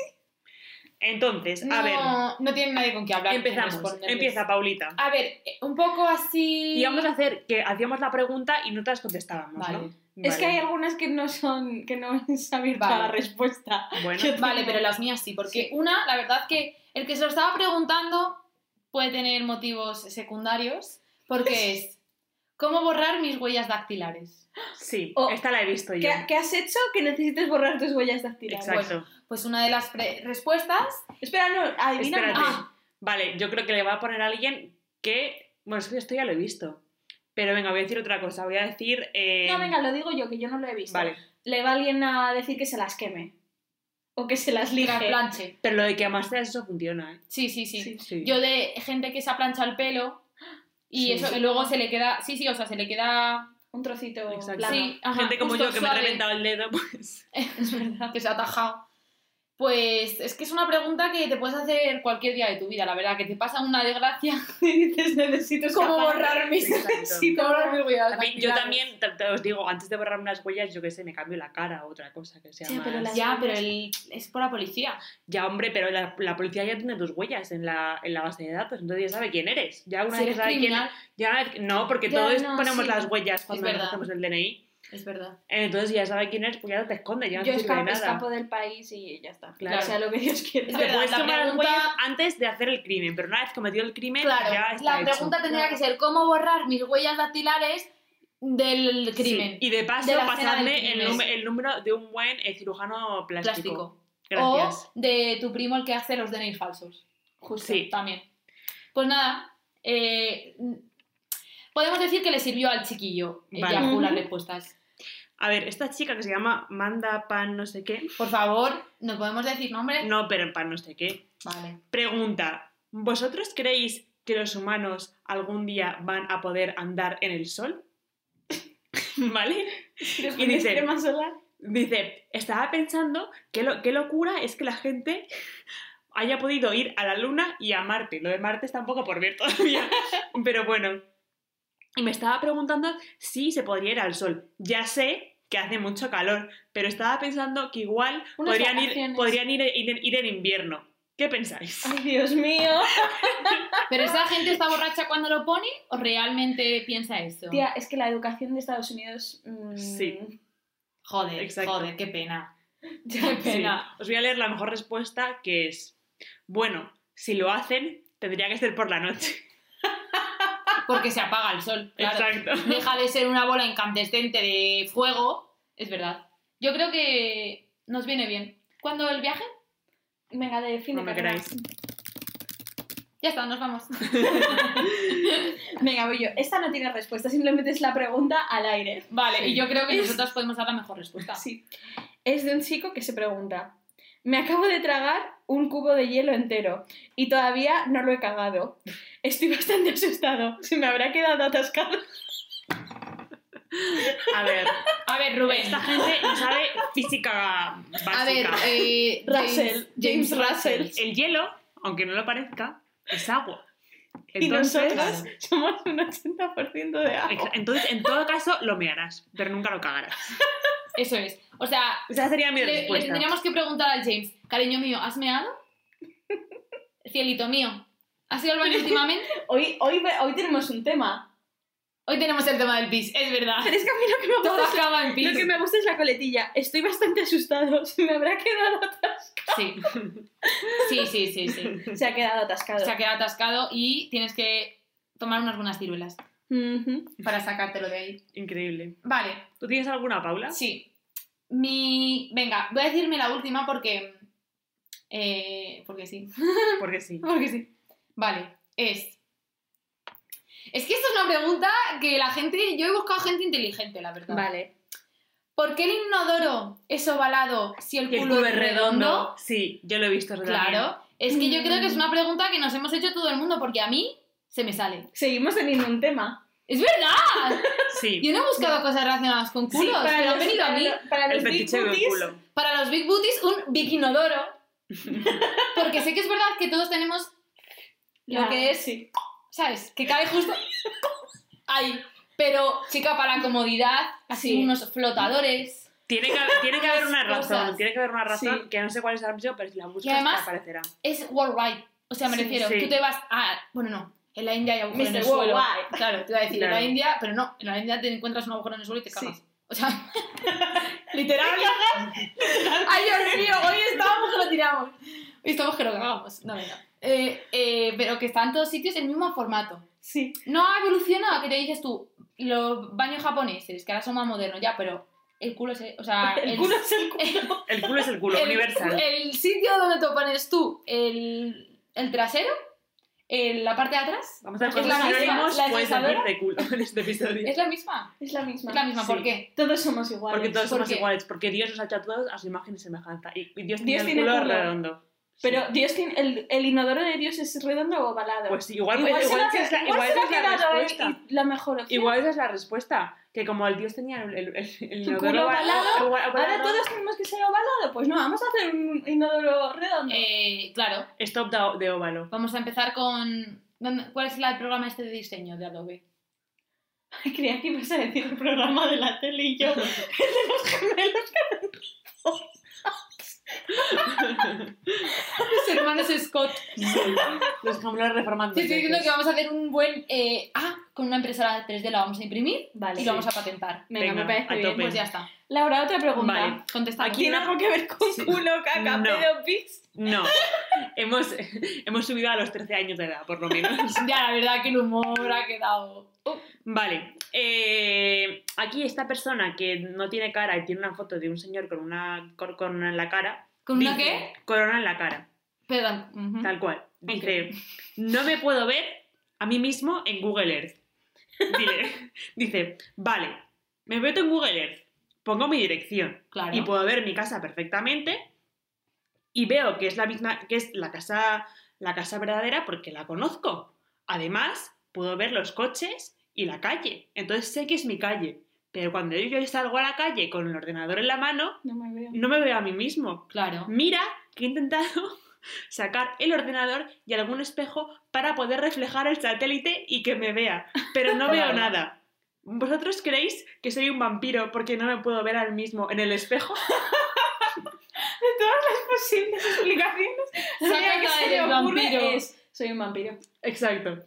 Speaker 1: Entonces,
Speaker 2: No,
Speaker 1: a ver,
Speaker 2: no tiene nadie con quien hablar.
Speaker 1: empezamos.
Speaker 2: responderles.
Speaker 1: Empieza Paulita.
Speaker 2: A ver, eh, un poco así.
Speaker 1: Y vamos a hacer que hacíamos la pregunta y no te las contestábamos,
Speaker 2: Vale.
Speaker 1: ¿no?
Speaker 3: Es que hay
Speaker 1: Vale.
Speaker 3: algunas que no son, que no es abierta
Speaker 2: Vale.
Speaker 3: la respuesta.
Speaker 1: Bueno,
Speaker 2: Vale, pero las mías sí, porque una, la verdad que el que se lo estaba preguntando puede tener motivos secundarios,
Speaker 1: <laughs>
Speaker 2: porque es cómo borrar mis huellas dactilares.
Speaker 1: sí,
Speaker 3: O-
Speaker 1: esta la he visto yo.
Speaker 3: ¿Qué, qué has hecho que necesites borrar tus huellas dactilares?
Speaker 1: Exacto.
Speaker 2: Pues una de las pre- respuestas,
Speaker 3: Espera, no, adivina.
Speaker 1: Espérate.
Speaker 3: no. Ah,
Speaker 1: Vale, yo creo que le va a poner a alguien que... Bueno, es que esto ya lo he visto. Pero venga, voy a decir otra cosa. Voy a decir... eh,
Speaker 3: no, venga, lo digo yo, que yo no lo he visto.
Speaker 1: Vale.
Speaker 3: Le va alguien a decir que se las queme. O que se las
Speaker 2: la
Speaker 3: lije.
Speaker 2: planche.
Speaker 1: Pero lo de que amastres eso funciona, ¿eh?
Speaker 2: Sí, sí, sí,
Speaker 1: Sí.
Speaker 2: Yo de gente que se ha planchado el pelo y
Speaker 1: Sí.
Speaker 2: eso y luego se le queda, sí, sí, o sea, se le queda
Speaker 3: Un trocito
Speaker 1: Exacto.
Speaker 3: plano.
Speaker 2: Sí. ajá,
Speaker 1: Gente como
Speaker 2: justo,
Speaker 1: yo que me
Speaker 2: suave. <laughs>
Speaker 1: ha reventado el dedo, <laughs> pues...
Speaker 3: Es verdad.
Speaker 2: que se ha atajado. Pues es que es una pregunta que te puedes hacer cualquier día de tu vida, la verdad, que te pasa una desgracia. <laughs>
Speaker 3: Y dices, necesito
Speaker 2: ¿Cómo
Speaker 3: escapar".
Speaker 2: borrar mis
Speaker 1: <laughs> Exacto.
Speaker 2: Sí, cómo borrar mis huellas
Speaker 1: También- yo
Speaker 2: dactilares.
Speaker 1: también te- te os digo, antes de borrar unas huellas, yo qué sé, me cambio la cara o otra cosa que sea
Speaker 3: Ya,
Speaker 1: más...
Speaker 3: pero las-
Speaker 2: Ya, pero el- es por la policía.
Speaker 1: Ya, hombre, pero la, la policía ya tiene tus huellas en la, en la base de datos, entonces ya sabe quién eres. Ya una
Speaker 2: Si
Speaker 1: vez que
Speaker 2: eres
Speaker 1: sabe quién
Speaker 2: criminal,
Speaker 1: ya una vez- No, porque
Speaker 3: Ya,
Speaker 1: todos
Speaker 3: no,
Speaker 1: ponemos
Speaker 3: sí.
Speaker 1: las huellas cuando
Speaker 2: verdad.
Speaker 1: nos hacemos el DNI.
Speaker 2: es verdad.
Speaker 1: Entonces ya sabe quién eres, porque ya no te esconde, ya no
Speaker 3: Yo
Speaker 1: te sirve de
Speaker 3: escapo,
Speaker 1: nada.
Speaker 3: escapo del país y ya está.
Speaker 1: Claro.
Speaker 3: O sea, lo que Dios quiera.
Speaker 2: Es
Speaker 1: Te
Speaker 2: verdad,
Speaker 1: puedes
Speaker 2: la
Speaker 1: tomar las
Speaker 2: pregunta-
Speaker 1: huellas antes de hacer el crimen, pero una vez cometido el crimen ya
Speaker 2: Claro,
Speaker 1: está
Speaker 2: la
Speaker 1: hecho.
Speaker 2: pregunta tendría
Speaker 3: Claro.
Speaker 2: que ser cómo borrar mis huellas dactilares del
Speaker 1: Sí,
Speaker 2: crimen.
Speaker 1: Y de paso,
Speaker 2: De la escena del
Speaker 1: pasadme el,
Speaker 2: crimen.
Speaker 1: nume- el número de un buen eh, cirujano plástico.
Speaker 2: Plástico.
Speaker 1: Gracias.
Speaker 2: O de tu primo el que hace los DNI falsos. Justo.
Speaker 1: Sí.
Speaker 2: También. Pues nada, eh, podemos decir que le sirvió al chiquillo eh,
Speaker 1: Vale.
Speaker 2: Yahoo las
Speaker 3: Ujú.
Speaker 2: respuestas.
Speaker 1: A ver, esta chica que se llama Manda Pan no sé qué.
Speaker 2: Por favor, ¿nos podemos decir nombres?
Speaker 1: No, pero Pan no sé qué.
Speaker 2: Vale.
Speaker 1: Pregunta, ¿vosotros creéis que los humanos algún día van a poder andar en el sol? <laughs> ¿Vale?
Speaker 3: <laughs> Y
Speaker 1: dice-
Speaker 3: crema solar.
Speaker 1: Dice, estaba pensando qué, lo- qué locura es que la gente haya podido ir a la Luna y a Marte. Lo de Marte está un poco por
Speaker 3: <laughs>
Speaker 1: ver todavía, pero bueno. Y me estaba preguntando si se podría ir al sol. Ya sé que hace mucho calor, pero estaba pensando que igual
Speaker 3: Unas
Speaker 1: podrían, ir,
Speaker 3: vacaciones.
Speaker 1: podrían ir, ir- ir en invierno. ¿Qué pensáis?
Speaker 3: Ay, Dios mío.
Speaker 2: ¿Pero esa gente está borracha cuando lo pone o realmente piensa eso?
Speaker 3: Tía, es que la educación de Estados Unidos. mm,
Speaker 1: Sí.
Speaker 2: Joder,
Speaker 1: Exacto.
Speaker 2: joder, qué pena.
Speaker 3: <laughs> Ya,
Speaker 1: Sí.
Speaker 3: pena.
Speaker 1: Os voy a leer la mejor respuesta que es, bueno, si lo hacen, tendría que ser por la noche.
Speaker 2: Porque se apaga el sol, claro.
Speaker 1: Exacto.
Speaker 2: Deja de ser una bola incandescente de fuego. Es verdad. Yo creo que nos viene bien. ¿Cuándo el viaje?
Speaker 3: Venga, de fin
Speaker 1: No
Speaker 3: de
Speaker 1: me
Speaker 3: carrera.
Speaker 1: queráis.
Speaker 2: Ya está, nos
Speaker 3: <laughs>
Speaker 2: vamos.
Speaker 3: Venga, voy yo. Esta no tiene respuesta, simplemente es la pregunta al aire.
Speaker 2: Vale,
Speaker 1: Sí.
Speaker 2: y yo creo que nosotras podemos dar la mejor respuesta.
Speaker 3: Sí. Es de un chico que se pregunta: Me acabo de tragar un cubo de hielo entero y todavía no lo he cagado. Estoy bastante asustado. Se me habrá quedado atascado.
Speaker 1: A ver,
Speaker 2: A ver, Rubén.
Speaker 1: Pues esta gente
Speaker 2: <laughs>
Speaker 1: no sabe física básica.
Speaker 2: A ver, eh,
Speaker 3: <laughs> Russell, James Russell.
Speaker 1: El hielo, aunque no lo parezca,
Speaker 2: <laughs>
Speaker 1: es agua.
Speaker 3: y
Speaker 1: Entonces,
Speaker 3: nosotros somos un 80% de agua.
Speaker 1: exa- entonces, en todo caso, lo mearás, pero nunca lo cagarás.
Speaker 2: Eso es. O sea,
Speaker 1: Esa sería mi
Speaker 2: le, le
Speaker 1: respuesta.
Speaker 2: tendríamos que preguntar al James, cariño mío, ¿has
Speaker 3: <laughs>
Speaker 2: meado? Cielito mío, ¿has ido al baño
Speaker 3: <laughs>
Speaker 2: últimamente?
Speaker 3: Hoy, hoy, hoy tenemos un tema.
Speaker 2: Hoy tenemos el tema del pis, es verdad.
Speaker 3: Pero es que a mí lo que me
Speaker 2: Todo
Speaker 3: gusta es
Speaker 2: acaba en pis.
Speaker 3: Lo que me gusta es la coletilla. Estoy bastante asustado. <laughs> Se me habrá quedado atascado.
Speaker 2: Sí. sí, sí, sí, sí.
Speaker 3: Se ha quedado atascado.
Speaker 2: Se ha quedado atascado y tienes que tomar unas buenas ciruelas
Speaker 3: Ujú.
Speaker 2: para sacártelo de ahí.
Speaker 1: Increíble.
Speaker 2: Vale,
Speaker 1: ¿Tú tienes alguna, Paula?
Speaker 2: sí. Mi... Venga, voy a decirme la última porque... eh, porque sí. <laughs>
Speaker 1: Porque sí.
Speaker 2: Porque sí. Vale, es... Es que esto es una pregunta que la gente... Yo he buscado gente inteligente, la verdad.
Speaker 3: Vale.
Speaker 2: ¿Por qué el inodoro es ovalado si el
Speaker 1: Y
Speaker 2: culo, es redondo?
Speaker 1: Sí, yo lo he visto. eso también.
Speaker 2: Claro. Es que yo
Speaker 3: Mm.
Speaker 2: creo que es una pregunta que nos hemos hecho todo el mundo porque a mí se me sale.
Speaker 3: Seguimos teniendo un tema.
Speaker 2: ¡Es verdad!
Speaker 1: Sí.
Speaker 2: Yo no he buscado cosas relacionadas con culos, pero han venido a
Speaker 3: para
Speaker 2: mí.
Speaker 3: lo- para
Speaker 1: El
Speaker 3: los big
Speaker 1: fetiche del
Speaker 3: booties,
Speaker 1: culo.
Speaker 2: Para los Big Booties, un Big Inodoro.
Speaker 3: <laughs>
Speaker 2: Porque sé que es verdad que todos tenemos lo
Speaker 3: la-
Speaker 2: que es,
Speaker 3: sí.
Speaker 2: ¿sabes? Que cabe justo ahí. Pero, chica, para comodidad, así
Speaker 3: Sí.
Speaker 2: unos flotadores.
Speaker 1: Tiene que, tiene que haber una razón,
Speaker 2: <laughs> Cosas.
Speaker 1: tiene que haber una razón
Speaker 3: Sí.
Speaker 1: que no sé cuál es el ámbito, pero si la buscas
Speaker 2: además-
Speaker 1: te aparecerá.
Speaker 2: Es worldwide. O sea, me
Speaker 3: Sí,
Speaker 2: refiero,
Speaker 1: sí.
Speaker 2: tú te vas a... Bueno, no. En la India hay agujeros en
Speaker 3: Mr.
Speaker 2: el suelo.
Speaker 3: Worldwide.
Speaker 2: Claro, te iba a decir, en
Speaker 1: Claro.
Speaker 2: la India... Pero no, en la India te encuentras un agujero en el suelo y te
Speaker 3: Sí.
Speaker 2: cagas. O sea, <laughs> literal. Ay, Dios mío, hoy estamos que lo tiramos. Hoy estamos que lo cagamos. No, venga. Eh, eh, pero que están todos sitios en el mismo formato.
Speaker 3: Sí.
Speaker 2: No ha evolucionado, que te dices tú, los baños japoneses, que ahora son más modernos ya, pero el culo es... O sea,
Speaker 3: El culo es el culo.
Speaker 1: El culo es el culo,
Speaker 2: el-
Speaker 1: universal.
Speaker 2: El sitio donde te pones tú el, el trasero, el- la parte de atrás,
Speaker 1: Vamos a ver
Speaker 2: es la
Speaker 1: cuántos
Speaker 2: misma,
Speaker 1: sinónimos
Speaker 2: la
Speaker 1: puedes
Speaker 2: deslizadora.
Speaker 1: decir de culo en este episodio.
Speaker 2: es la misma.
Speaker 3: Es la misma.
Speaker 2: Es la misma, ¿por
Speaker 1: Sí.
Speaker 2: qué?
Speaker 3: Todos somos iguales.
Speaker 1: Porque todos
Speaker 2: ¿Por
Speaker 1: somos
Speaker 2: qué?
Speaker 1: iguales, porque Dios nos ha hecho a todos a su imagen y semejanza. Y y Dios tiene
Speaker 3: Dios
Speaker 1: el
Speaker 3: tiene
Speaker 1: culo,
Speaker 3: culo.
Speaker 1: redondo.
Speaker 3: Pero Dios tiene- el, el inodoro de Dios es redondo o ovalado.
Speaker 1: Pues sí, igual,
Speaker 3: igual,
Speaker 1: pues,
Speaker 3: se lo
Speaker 1: igual esa
Speaker 3: ha-
Speaker 1: es la,
Speaker 3: igual
Speaker 1: igual
Speaker 3: se lo
Speaker 1: esa
Speaker 3: ha
Speaker 1: es la
Speaker 3: quedado él
Speaker 1: respuesta.
Speaker 3: y la mejor opción.
Speaker 1: Igual esa es la respuesta. Que como el Dios tenía el, el, el, el
Speaker 3: Tu
Speaker 1: inodoro
Speaker 3: culo
Speaker 1: oval-
Speaker 3: ovalado,
Speaker 1: oval-
Speaker 3: Ahora
Speaker 1: ovalado,
Speaker 3: todos tenemos que ser ovalado. Pues no, vamos a hacer un inodoro redondo.
Speaker 2: Eh, claro,
Speaker 1: Stop de, de óvalo.
Speaker 2: vamos a empezar con... ¿dónde- ¿Cuál es la- el programa este de diseño de Adobe?
Speaker 3: <laughs>
Speaker 2: <laughs>
Speaker 3: Creía que ibas a decir el programa de la tele y
Speaker 2: <laughs>
Speaker 3: yo, el de los gemelos.
Speaker 2: Los hermanos Scott.
Speaker 1: <laughs> Los gemelos reformando.
Speaker 2: Te estoy diciendo que vamos a hacer un buen... eh, ah, con una impresora 3D la vamos a imprimir
Speaker 3: Vale.
Speaker 2: y lo vamos a patentar.
Speaker 3: Venga,
Speaker 1: Venga,
Speaker 3: me parece
Speaker 1: a
Speaker 3: bien.
Speaker 1: tope.
Speaker 2: Pues ya está.
Speaker 3: Laura, otra pregunta.
Speaker 1: Vale.
Speaker 2: Contestamos.
Speaker 1: Aquí
Speaker 3: ¿Tiene
Speaker 1: no.
Speaker 3: algo que ver con
Speaker 1: Sí.
Speaker 3: culo, caca,
Speaker 1: No.
Speaker 3: pedo, pis?
Speaker 1: No. hemos, hemos subido a los 13 años de edad, por lo menos.
Speaker 2: <laughs> Ya, la verdad que el humor ha quedado...
Speaker 1: Oh, Vale. eh, aquí esta persona que no tiene cara y tiene una foto de un señor con una cor- corona en la cara.
Speaker 2: ¿Con una
Speaker 1: dice-
Speaker 2: qué?
Speaker 1: Corona en la cara.
Speaker 2: Perdón. ujú.
Speaker 1: Tal cual. Dice, no me puedo ver a mí mismo en Google Earth. <laughs> Dile- dice, vale, me meto en Google Earth, pongo mi dirección
Speaker 2: Claro.
Speaker 1: y pues- puedo ver mi casa perfectamente y veo que es la misma, que es la casa, la casa verdadera porque la conozco. Además, puedo ver los coches y la calle. Entonces sé que es mi calle. Pero cuando yo salgo a la calle con el ordenador en la mano,
Speaker 3: No me veo.
Speaker 1: no me veo a mí mismo.
Speaker 2: Claro.
Speaker 1: Mira que he intentado <laughs> sacar el ordenador y algún espejo para poder reflejar el satélite y que me vea,
Speaker 2: <laughs>
Speaker 1: pero no veo
Speaker 2: Claro.
Speaker 1: nada. ¿Vosotros creéis que soy un vampiro porque no me puedo ver al mismo en el espejo? <laughs>
Speaker 3: De todas las posibles explicaciones, <laughs> la única que
Speaker 2: Sácala
Speaker 3: se
Speaker 2: del
Speaker 3: le ocurre
Speaker 2: vampiro.
Speaker 3: es... Soy un vampiro.
Speaker 1: Exacto.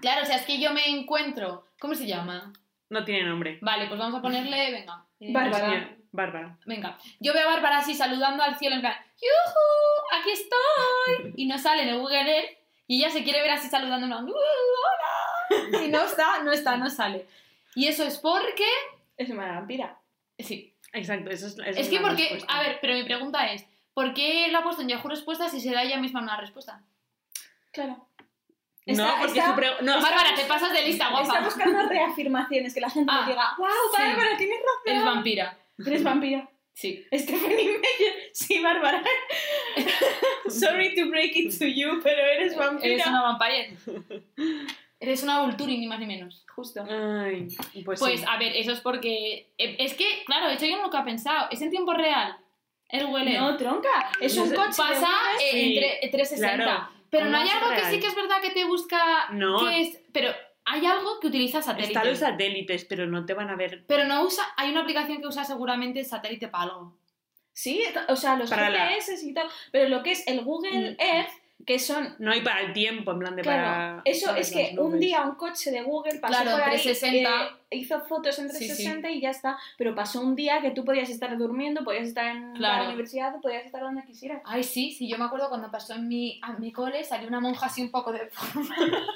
Speaker 2: Claro, o sea, es que yo me encuentro. ¿Cómo se llama?
Speaker 1: No tiene nombre.
Speaker 2: Vale, pues vamos a ponerle. Venga. eh,
Speaker 3: Bárbara.
Speaker 1: Señor- Bárbara.
Speaker 2: Venga. Yo veo a Bárbara así saludando al cielo en plan. ¡Yuhu! ¡Aquí
Speaker 1: <laughs>
Speaker 2: estoy! Y no sale en el Google Earth. Y ella se quiere ver así saludando en plan. "Uh,
Speaker 1: <laughs>
Speaker 2: ¡Hola! Y no está, no está, no sale. Y eso es porque.
Speaker 3: Es una vampira.
Speaker 2: Sí.
Speaker 1: Exacto, eso es, eso
Speaker 2: Es que
Speaker 1: una
Speaker 2: porque.
Speaker 1: respuesta.
Speaker 2: A ver, pero mi pregunta es. ¿Por qué la ha puesto en Yahoo Respuestas si se da ella misma una respuesta?
Speaker 3: Claro.
Speaker 1: no,
Speaker 3: Está-
Speaker 1: porque
Speaker 3: está-
Speaker 1: su pre- no,
Speaker 2: Bárbara, te pasas de lista,
Speaker 3: Está
Speaker 2: guapa.
Speaker 3: buscando reafirmaciones, que la gente
Speaker 2: Ah,
Speaker 3: diga, wow,
Speaker 2: sí.
Speaker 3: Bárbara, tienes
Speaker 2: Eres
Speaker 3: razón.
Speaker 2: vampira.
Speaker 3: Eres vampira.
Speaker 2: Sí.
Speaker 3: Stephanie Meyer, sí,
Speaker 1: <laughs>
Speaker 3: Bárbara. Sorry to break it to you, pero eres vampira.
Speaker 2: Eres una vampire. Eres una Vulturi, ni más ni menos.
Speaker 3: Justo.
Speaker 1: Ay, pues,
Speaker 2: Pues
Speaker 1: sí.
Speaker 2: a ver, eso es porque. eh, Es que, claro, eso yo nunca he pensado. Es en tiempo real. El huele.
Speaker 3: No, tronca. Es
Speaker 1: No
Speaker 3: un
Speaker 1: sé,
Speaker 3: coche.
Speaker 2: Pasa
Speaker 3: de
Speaker 2: eh,
Speaker 1: sí.
Speaker 2: en tre- en 360.
Speaker 1: Claro.
Speaker 2: Pero no
Speaker 1: ¿Cómo
Speaker 2: hay
Speaker 1: es
Speaker 2: algo que
Speaker 1: real?
Speaker 2: sí que es verdad que te busca.
Speaker 1: No.
Speaker 2: que es- pero hay algo que utiliza satélite.
Speaker 1: Están los satélites, pero no te van a ver
Speaker 2: Pero no usa. Hay una aplicación que usa seguramente satélite para algo.
Speaker 3: Sí, o sea, los
Speaker 1: Para la- Mm.
Speaker 3: GPS y todo. Pero lo que es el Google Earth, que son.
Speaker 1: No, y para el tiempo, en plan de
Speaker 3: Claro,
Speaker 1: para.
Speaker 3: eso
Speaker 1: ¿sabes?
Speaker 3: es
Speaker 1: Las
Speaker 3: que
Speaker 1: nubes.
Speaker 3: un día un coche de Google pasó
Speaker 2: Claro,
Speaker 3: por ahí,
Speaker 2: 360.
Speaker 3: eh, hizo fotos en
Speaker 2: Sí, sí.
Speaker 3: 360 y ya está. Pero pasó un día que tú podías estar durmiendo, podías estar en
Speaker 2: Claro.
Speaker 3: la universidad, podías estar donde quisieras. <laughs>
Speaker 2: Ay, sí, sí, yo me acuerdo cuando pasó en mi, a mi cole, salió una monja así un poco de. forma.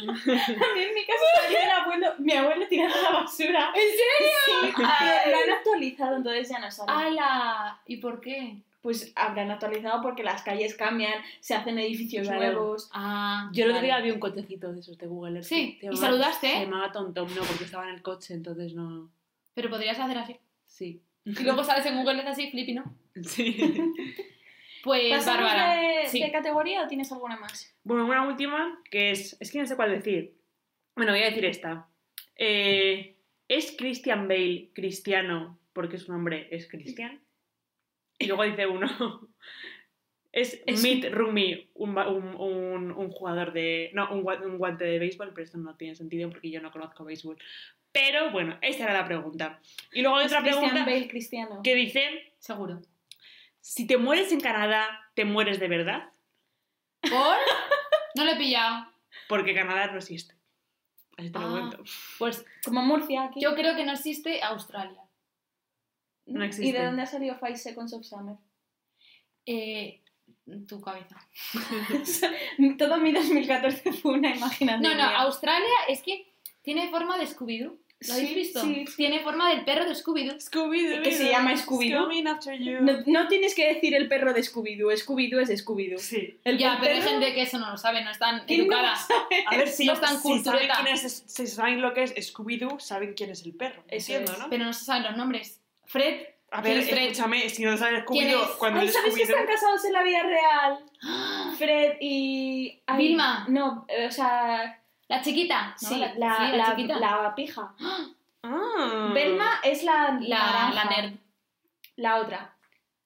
Speaker 3: También en
Speaker 2: <laughs>
Speaker 3: mi casa salió el abuelo, mi abuelo tirando la basura.
Speaker 2: ¿En serio? <laughs> Ah.
Speaker 3: Sí, pero lo han actualizado, entonces ya no sale.
Speaker 2: <laughs> ¡Hala! ¿Y por qué?
Speaker 3: Pues habrán actualizado porque las calles cambian, se hacen edificios
Speaker 1: Claro.
Speaker 3: nuevos.
Speaker 2: Ah.
Speaker 1: Yo el otro
Speaker 2: vale.
Speaker 1: día vi un cochecito de esos de Google Earth.
Speaker 2: Sí,
Speaker 1: Se
Speaker 2: ¿y
Speaker 1: llamaba-
Speaker 3: ¿eh?
Speaker 2: saludaste?
Speaker 1: Se llamaba Tom Tom, no, porque estaba en el coche, entonces no.
Speaker 2: Pero podrías hacer así.
Speaker 1: Sí. <laughs>
Speaker 2: Y luego sales en Google Earth así, flippy, ¿no?
Speaker 1: Sí.
Speaker 2: Pues
Speaker 3: ¿Pasamos
Speaker 2: Bárbara.
Speaker 3: de,
Speaker 2: sí.
Speaker 3: de categoría o tienes alguna más?
Speaker 1: bueno, una última que es. Es que no sé cuál decir. Bueno, voy a decir esta. Eh, ¿Es Christian Bale cristiano porque su nombre es Christian? Y luego dice uno. <laughs> Es,
Speaker 3: Es-
Speaker 1: Mitt Rumi, un, ba- un, un- un jugador de. No, un, gua- un guante de béisbol, pero esto no tiene sentido porque yo no conozco béisbol. Pero bueno, esta era la pregunta. Y luego hay
Speaker 3: Es
Speaker 1: otra
Speaker 3: Christian
Speaker 1: pregunta
Speaker 3: Bale cristiano.
Speaker 1: que dice,
Speaker 2: Seguro.
Speaker 1: si te mueres en Canadá, ¿te mueres de verdad?
Speaker 2: ¿Por? <laughs> No lo he pillado.
Speaker 1: Porque Canadá no existe. Así te lo
Speaker 2: Ah.
Speaker 1: cuento.
Speaker 3: Pues como Murcia aquí.
Speaker 2: Yo creo que no existe Australia.
Speaker 1: no
Speaker 3: ¿Y
Speaker 1: existe.
Speaker 3: de dónde ha salido Faise con Subsummer?
Speaker 2: Eh, tu cabeza.
Speaker 3: <laughs> Todo mi 2014 fue una imaginación.
Speaker 2: No, no,
Speaker 3: mía.
Speaker 2: Australia es que tiene forma de Scooby-Doo. ¿Lo habéis
Speaker 3: Sí,
Speaker 2: visto?
Speaker 3: sí.
Speaker 2: Tiene forma del perro de Scooby-Doo.
Speaker 1: Scooby-Doo.
Speaker 3: Que se llama Scooby-Doo.
Speaker 1: It's coming after you.
Speaker 3: No, no tienes que decir el perro de Scooby-Doo. Scooby-Doo es Scooby-Doo. <laughs>
Speaker 1: Sí.
Speaker 3: El
Speaker 2: Ya, pero hay
Speaker 3: perro-
Speaker 2: gente que eso no lo sabe, no están
Speaker 3: que no
Speaker 2: educadas.
Speaker 1: A ver si,
Speaker 2: No es tan
Speaker 1: si saben
Speaker 2: cultureta.
Speaker 1: quién es, si saben lo que es Scooby-Doo, saben quién es el perro.
Speaker 3: Eso
Speaker 1: Entiendo,
Speaker 3: es.
Speaker 1: ¿no?
Speaker 2: Pero no se saben los nombres. Fred. <gasps>
Speaker 1: A
Speaker 2: ¿Quién
Speaker 1: ver,
Speaker 2: es Fred?
Speaker 1: escúchame, si no sabes
Speaker 2: ¿Quién es?
Speaker 1: Scooby-Doo, cuando
Speaker 3: Ay,
Speaker 1: es
Speaker 3: ¿sabes que están
Speaker 1: Scooby-Doo...
Speaker 3: casados en la vida real? Fred y... ay,
Speaker 2: Vilma.
Speaker 3: No, eh, o sea...
Speaker 2: La chiquita. ¿no?
Speaker 3: sí, la,
Speaker 2: sí, la,
Speaker 3: la-
Speaker 2: chiquita.
Speaker 3: la pija.
Speaker 1: Ah.
Speaker 3: Velma es la
Speaker 2: la,
Speaker 3: naranja,
Speaker 2: la nerd.
Speaker 3: la otra.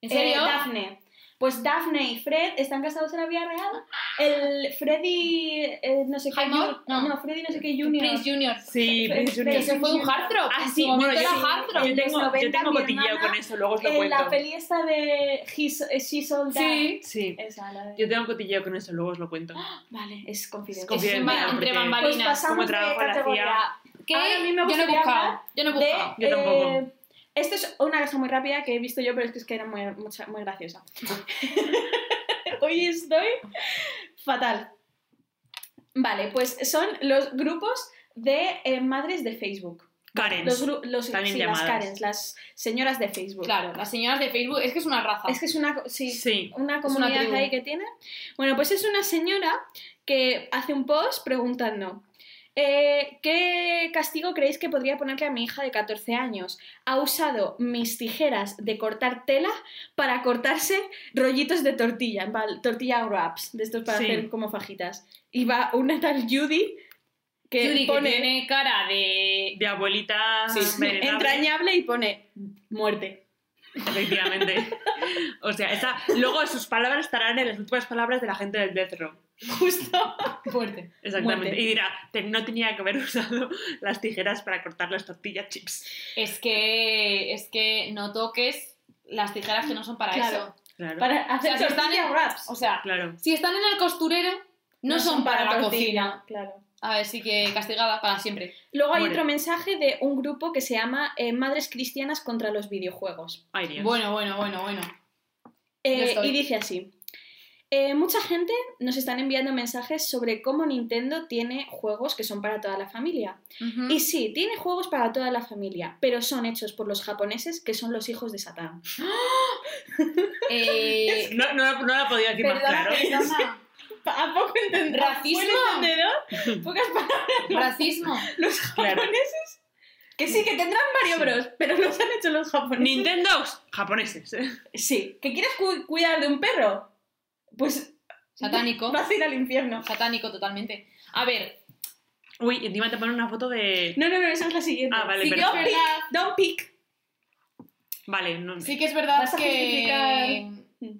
Speaker 2: ¿En serio?
Speaker 3: Eh, Daphne. Pues Daphne y Fred están casados en la vida real. El Freddy... eh, no sé qué...
Speaker 2: Highmore?
Speaker 3: Jun-
Speaker 2: No.
Speaker 3: No, Freddy no sé qué Junior.
Speaker 2: Prince Junior.
Speaker 1: Sí,
Speaker 3: Fe-
Speaker 1: Prince
Speaker 3: Fe-
Speaker 1: Junior.
Speaker 2: Que se fue un hard rock.
Speaker 1: Ah,
Speaker 2: En su
Speaker 1: sí, bueno,
Speaker 2: momento
Speaker 1: yo
Speaker 2: era
Speaker 1: sí.
Speaker 2: hard rock.
Speaker 1: Yo
Speaker 3: En los
Speaker 1: tengo, yo
Speaker 3: 90
Speaker 1: tengo
Speaker 3: mi
Speaker 1: cotilleo
Speaker 3: hermana,
Speaker 1: con eso, luego os lo
Speaker 3: En
Speaker 1: cuento.
Speaker 3: Eh, la peli esta de His, eh, She's All That.
Speaker 2: Sí.
Speaker 1: Sí,
Speaker 3: Esa, la de...
Speaker 1: yo tengo cotilleo con eso, luego os lo cuento.
Speaker 3: Vale, es confidencial.
Speaker 2: Es
Speaker 1: Confío en
Speaker 2: una-
Speaker 1: ti,
Speaker 2: entre
Speaker 1: porque-
Speaker 3: Pues
Speaker 2: bambalinas.
Speaker 1: como
Speaker 3: pasamos de
Speaker 1: trabajo en la
Speaker 3: categoría.
Speaker 2: ¿Qué?
Speaker 3: Ahora a mí me
Speaker 2: yo no he
Speaker 3: gustaría
Speaker 2: buscado.
Speaker 3: hablar
Speaker 2: Yo no he
Speaker 3: de, eh,
Speaker 2: buscado.
Speaker 1: Yo tampoco.
Speaker 3: esto es una cosa muy rápida que he visto yo, pero es que, es que era muy, mucha- muy
Speaker 1: <laughs>
Speaker 3: graciosa. Hoy estoy fatal. Vale, pues son los grupos de eh, madres de Facebook.
Speaker 1: Karen.
Speaker 3: Los, gru- los-
Speaker 1: También
Speaker 3: sí, las
Speaker 1: llamadas.
Speaker 3: Karens, las señoras de Facebook.
Speaker 2: Claro, las señoras de Facebook. Es que es una raza.
Speaker 3: Es que es una... co- Sí,
Speaker 1: Sí.
Speaker 3: una
Speaker 2: una
Speaker 3: comunidad
Speaker 2: tribu.
Speaker 3: ahí que tiene. Bueno, pues es una señora que hace un post preguntando. eh, ¿Qué castigo creéis que podría ponerle a mi hija de 14 años? Ha usado mis tijeras de cortar tela para cortarse rollitos de tortilla, en plan, tortilla wraps, de estos para
Speaker 1: Sí.
Speaker 3: hacer como fajitas. Y va una tal Judy que eh,
Speaker 2: Judy, que
Speaker 3: pone
Speaker 2: tiene cara de...
Speaker 1: De abuelita
Speaker 3: sí,
Speaker 1: envenenable,
Speaker 3: entrañable y pone muerte.
Speaker 1: Efectivamente. O sea, esa- luego sus palabras estarán en las últimas palabras de la gente del Death Row.
Speaker 3: Justo.
Speaker 2: Fuerte.
Speaker 1: Exactamente.
Speaker 3: Muerte.
Speaker 1: Y dirá, "Te- no tenía que haber <laughs> usado las tijeras para cortar las tortillas chips.
Speaker 2: Es que... Es que no toques las tijeras que no son para
Speaker 3: Claro.
Speaker 2: eso.
Speaker 1: Claro.
Speaker 3: Para hacer
Speaker 2: O sea, si están
Speaker 3: tortilla
Speaker 2: en-
Speaker 3: wraps.
Speaker 2: O sea,
Speaker 1: Claro.
Speaker 2: si están en el costurero, no, son, para, la
Speaker 3: tortilla,
Speaker 2: cocina.
Speaker 3: Claro.
Speaker 2: A ver, sí que castigada para siempre.
Speaker 3: Luego hay
Speaker 1: Bueno.
Speaker 3: otro mensaje de un grupo que se llama eh, Madres Cristianas contra los videojuegos.
Speaker 1: Ay, Dios.
Speaker 2: Bueno, bueno, bueno, bueno.
Speaker 3: Eh,
Speaker 2: Yo estoy.
Speaker 3: y dice así. eh, mucha gente nos están enviando mensajes sobre cómo Nintendo tiene juegos que son para toda la familia. Y sí, tiene juegos para toda la familia, pero son hechos por los japoneses que son los hijos de Satán.
Speaker 1: <laughs>
Speaker 2: Eh,
Speaker 1: No, no, no la podía decir más claro.
Speaker 2: perdona.
Speaker 3: <laughs> ¿A poco entendedor?
Speaker 2: ¿Racismo? buen
Speaker 3: <laughs> Pocas
Speaker 2: Racismo.
Speaker 3: Los
Speaker 1: Claro.
Speaker 3: japoneses. Que sí, que tendrán
Speaker 1: Sí.
Speaker 3: varios bros, pero los han hecho los japoneses.
Speaker 1: Nintendo japoneses.
Speaker 3: Sí. ¿Que quieres cu- cuidar de un perro? Pues
Speaker 2: Satánico.
Speaker 3: <laughs> vas a ir al infierno.
Speaker 2: Satánico totalmente. A ver,
Speaker 1: Uy, encima te ponen una foto de.
Speaker 3: No, no, no, esa es la siguiente.
Speaker 1: Ah, vale,
Speaker 2: sí que es
Speaker 1: perdón.
Speaker 3: pick.
Speaker 2: verdad,
Speaker 3: Don't pick.
Speaker 1: Vale, no.
Speaker 2: sí que es verdad
Speaker 3: Vas a
Speaker 2: que
Speaker 3: justificar.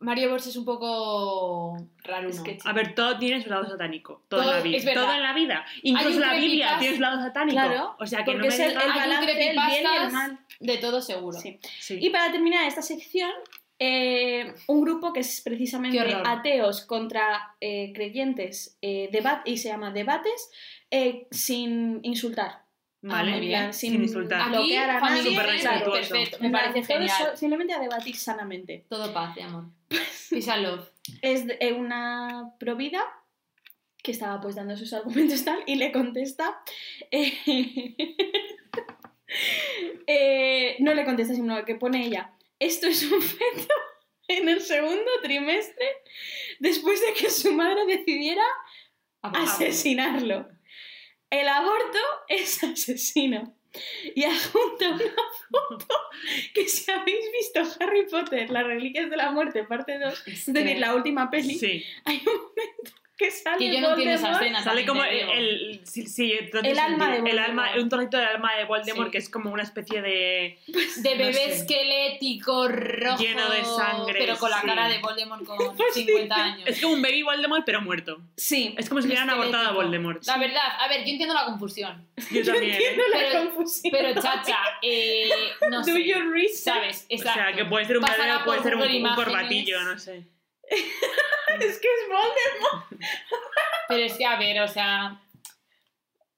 Speaker 2: Mario Bros es un poco raro.
Speaker 3: Es que-
Speaker 1: A ver, todo tiene su lado satánico. Todo,
Speaker 2: Todo-
Speaker 1: en la vida.
Speaker 2: es verdad.
Speaker 1: Todo en la vida. Incluso
Speaker 2: un
Speaker 1: la Biblia
Speaker 2: creepypasta.
Speaker 1: tiene su lado satánico.
Speaker 3: Claro,
Speaker 1: O sea que
Speaker 3: Porque
Speaker 1: no me
Speaker 3: es el, el
Speaker 1: digas-
Speaker 2: Hay un
Speaker 3: balance del bien y el
Speaker 2: creepypastas.
Speaker 3: mal.
Speaker 2: De todo seguro.
Speaker 3: Sí.
Speaker 1: Sí.
Speaker 3: Y Ah, para terminar esta sección, eh, un grupo que es precisamente
Speaker 2: Qué horror.
Speaker 3: ateos contra eh, creyentes eh, debat- y se llama debates eh, sin insultar.
Speaker 1: Vale,
Speaker 2: muy
Speaker 3: En
Speaker 2: bien.
Speaker 3: plan,
Speaker 1: sin insultar.
Speaker 2: Aquí,
Speaker 3: bloquear a nadie.
Speaker 2: familia,
Speaker 1: Superrespetuoso.
Speaker 2: perfecto. Me
Speaker 3: En plan,
Speaker 2: parece
Speaker 3: todo
Speaker 2: genial.
Speaker 3: so- simplemente a debatir sanamente.
Speaker 2: Todo paz y
Speaker 3: <laughs>
Speaker 2: amor. Peace and love.
Speaker 3: es de- eh, una provida que estaba pues dando sus argumentos <laughs> tal y le contesta eh, <laughs> eh, no le contesta sino que pone ella esto es un feto <laughs> en el segundo trimestre después de que su madre decidiera Ah, asesinarlo el aborto es asesino y adjunta una foto que si habéis visto Harry Potter las reliquias de la muerte parte 2 es decir la última peli
Speaker 1: Sí.
Speaker 3: hay un momento que sale
Speaker 2: Que yo no entiendo esa
Speaker 3: Voldemort.
Speaker 2: escena.
Speaker 1: Sale
Speaker 2: también
Speaker 1: como
Speaker 2: te
Speaker 1: el,
Speaker 2: digo.
Speaker 1: el- sí, sí, entonces,
Speaker 3: El alma de
Speaker 1: el
Speaker 3: Voldemort.
Speaker 1: alma, un trocito del alma de Voldemort
Speaker 2: Sí.
Speaker 1: que es como una especie de
Speaker 2: De
Speaker 1: No
Speaker 2: bebé
Speaker 1: sé.
Speaker 2: esquelético rojo.
Speaker 1: Lleno de sangre,
Speaker 2: Pero con la
Speaker 1: sí.
Speaker 2: cara de Voldemort con
Speaker 3: Pues <laughs> sí.
Speaker 2: 50 años.
Speaker 1: es como un baby Voldemort pero muerto.
Speaker 3: Sí, <laughs>
Speaker 1: Es como si
Speaker 2: Un
Speaker 1: hubieran abortado a
Speaker 2: esquelético.
Speaker 1: Voldemort.
Speaker 2: La verdad, a ver, yo entiendo la confusión.
Speaker 1: Yo también. ¿eh?
Speaker 3: entiendo la
Speaker 2: Pero-
Speaker 3: confusión.
Speaker 2: Pero chacha, eh, no
Speaker 3: <laughs> Do
Speaker 2: sé.
Speaker 3: your research.
Speaker 2: ¿Sabes?
Speaker 1: O
Speaker 2: Exacto.
Speaker 1: sea, que puede ser un
Speaker 2: Pasará
Speaker 1: bebé o puede
Speaker 2: por
Speaker 1: ser un,
Speaker 2: Google
Speaker 1: un
Speaker 2: Imágenes.
Speaker 1: corbatillo, no sé.
Speaker 3: Es que es Voldemort.
Speaker 2: Pero es que, a ver, o sea,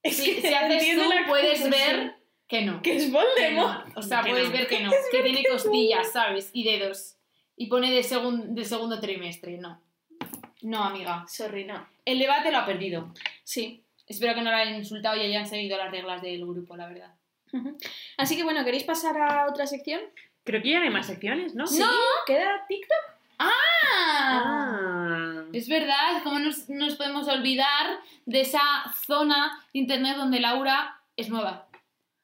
Speaker 3: Es
Speaker 2: si,
Speaker 3: que
Speaker 2: si haces
Speaker 3: entiendo
Speaker 2: zoom
Speaker 3: la
Speaker 2: puedes
Speaker 3: confusión.
Speaker 2: ver que no.
Speaker 3: que es
Speaker 2: que no.
Speaker 3: Voldemort.
Speaker 2: O sea,
Speaker 1: Que
Speaker 2: puedes
Speaker 1: no.
Speaker 2: ver que no. Que tiene costillas, ¿sabes? Y dedos. Y pone de, segun- de segundo trimestre, no. No, amiga.
Speaker 3: Sorry, no.
Speaker 2: El debate lo ha perdido.
Speaker 3: Sí.
Speaker 2: Espero que no lo hayan insultado y hayan seguido las reglas del grupo, la verdad.
Speaker 3: Ujú. Así que bueno, ¿queréis pasar a otra sección?
Speaker 1: Creo que ya no hay más secciones, ¿no?
Speaker 3: Sí, ¿Queda TikTok?
Speaker 1: Ah.
Speaker 2: Es verdad, como nos, nos podemos olvidar de esa zona de internet donde Laura es nueva?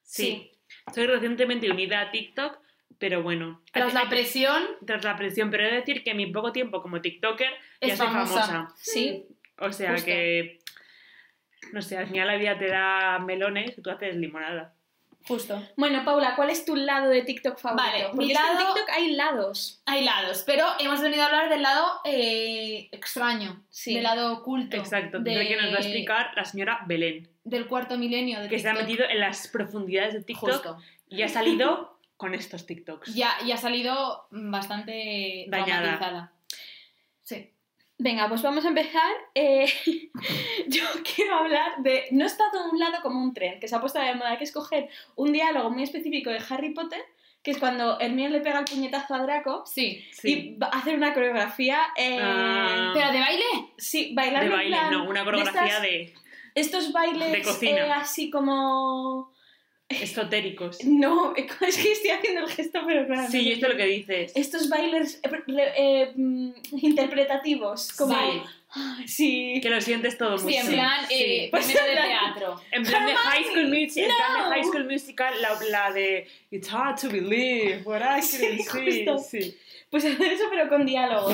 Speaker 1: Sí. Soy recientemente unida a TikTok, pero bueno.
Speaker 2: Tras la
Speaker 1: Hay-
Speaker 2: presión,
Speaker 1: tras la presión, pero he de decir que en mi poco tiempo como TikToker ya
Speaker 2: Es
Speaker 1: soy
Speaker 2: famosa.
Speaker 1: famosa.
Speaker 3: Sí.
Speaker 1: O sea
Speaker 2: Justo.
Speaker 1: que, no sé, al final la vida te da melones y tú haces limonada.
Speaker 2: justo.
Speaker 3: Bueno, Paula, ¿cuál es tu lado de TikTok favorito?
Speaker 2: Vale,
Speaker 3: Porque
Speaker 2: mi
Speaker 3: es que en
Speaker 2: lado-
Speaker 3: TikTok hay lados.
Speaker 2: Hay lados, pero hemos venido a hablar del lado eh, extraño,
Speaker 3: Sí.
Speaker 2: del lado oculto.
Speaker 1: Exacto,
Speaker 2: de-
Speaker 1: entonces que nos va a explicar la señora Belén,
Speaker 2: Del cuarto milenio de
Speaker 1: que se ha
Speaker 2: TikTok.
Speaker 1: metido en las profundidades de TikTok
Speaker 2: Justo.
Speaker 1: y ha salido con estos TikToks.
Speaker 2: Ya, ya ha salido mm, bastante
Speaker 1: Dañada.
Speaker 2: traumatizada. Sí.
Speaker 3: Venga, pues vamos a empezar. Eh, <laughs> yo quiero hablar de. No está todo un lado como un tren, que se ha puesto de moda, que es coger un diálogo muy específico de Harry Potter, que es cuando Hermione le pega el puñetazo a Draco
Speaker 2: Sí.
Speaker 1: Sí.
Speaker 3: y va a hacer una coreografía. eh,
Speaker 1: Ah.
Speaker 2: ¿Pero de baile?
Speaker 3: Sí, bailar
Speaker 1: de
Speaker 3: en
Speaker 1: baile,
Speaker 3: plan-
Speaker 1: no, una coreografía
Speaker 3: estas-
Speaker 1: de,
Speaker 3: Estos bailes
Speaker 1: de cocina.
Speaker 3: eh, así como.
Speaker 1: esotéricos.
Speaker 3: No, es que estoy haciendo el gesto, pero <laughs> claro.
Speaker 1: Sí, esto es lo que dices.
Speaker 3: Estos bailes eh, re- eh, mm, interpretativos, como.
Speaker 2: Sí.
Speaker 3: Sí.
Speaker 1: Que lo sientes todo
Speaker 2: Sí,
Speaker 1: mucho.
Speaker 2: en plan, eh,
Speaker 3: Pues
Speaker 2: primero de
Speaker 3: en plan-
Speaker 2: teatro.
Speaker 1: En plan de High School Musical, en plan
Speaker 3: no.
Speaker 1: de High School Musical, la, la de It's hard to believe what I can
Speaker 3: Sí,
Speaker 1: see.
Speaker 3: justo.
Speaker 1: Sí.
Speaker 3: Pues <laughs> hacer eso, pero con diálogo.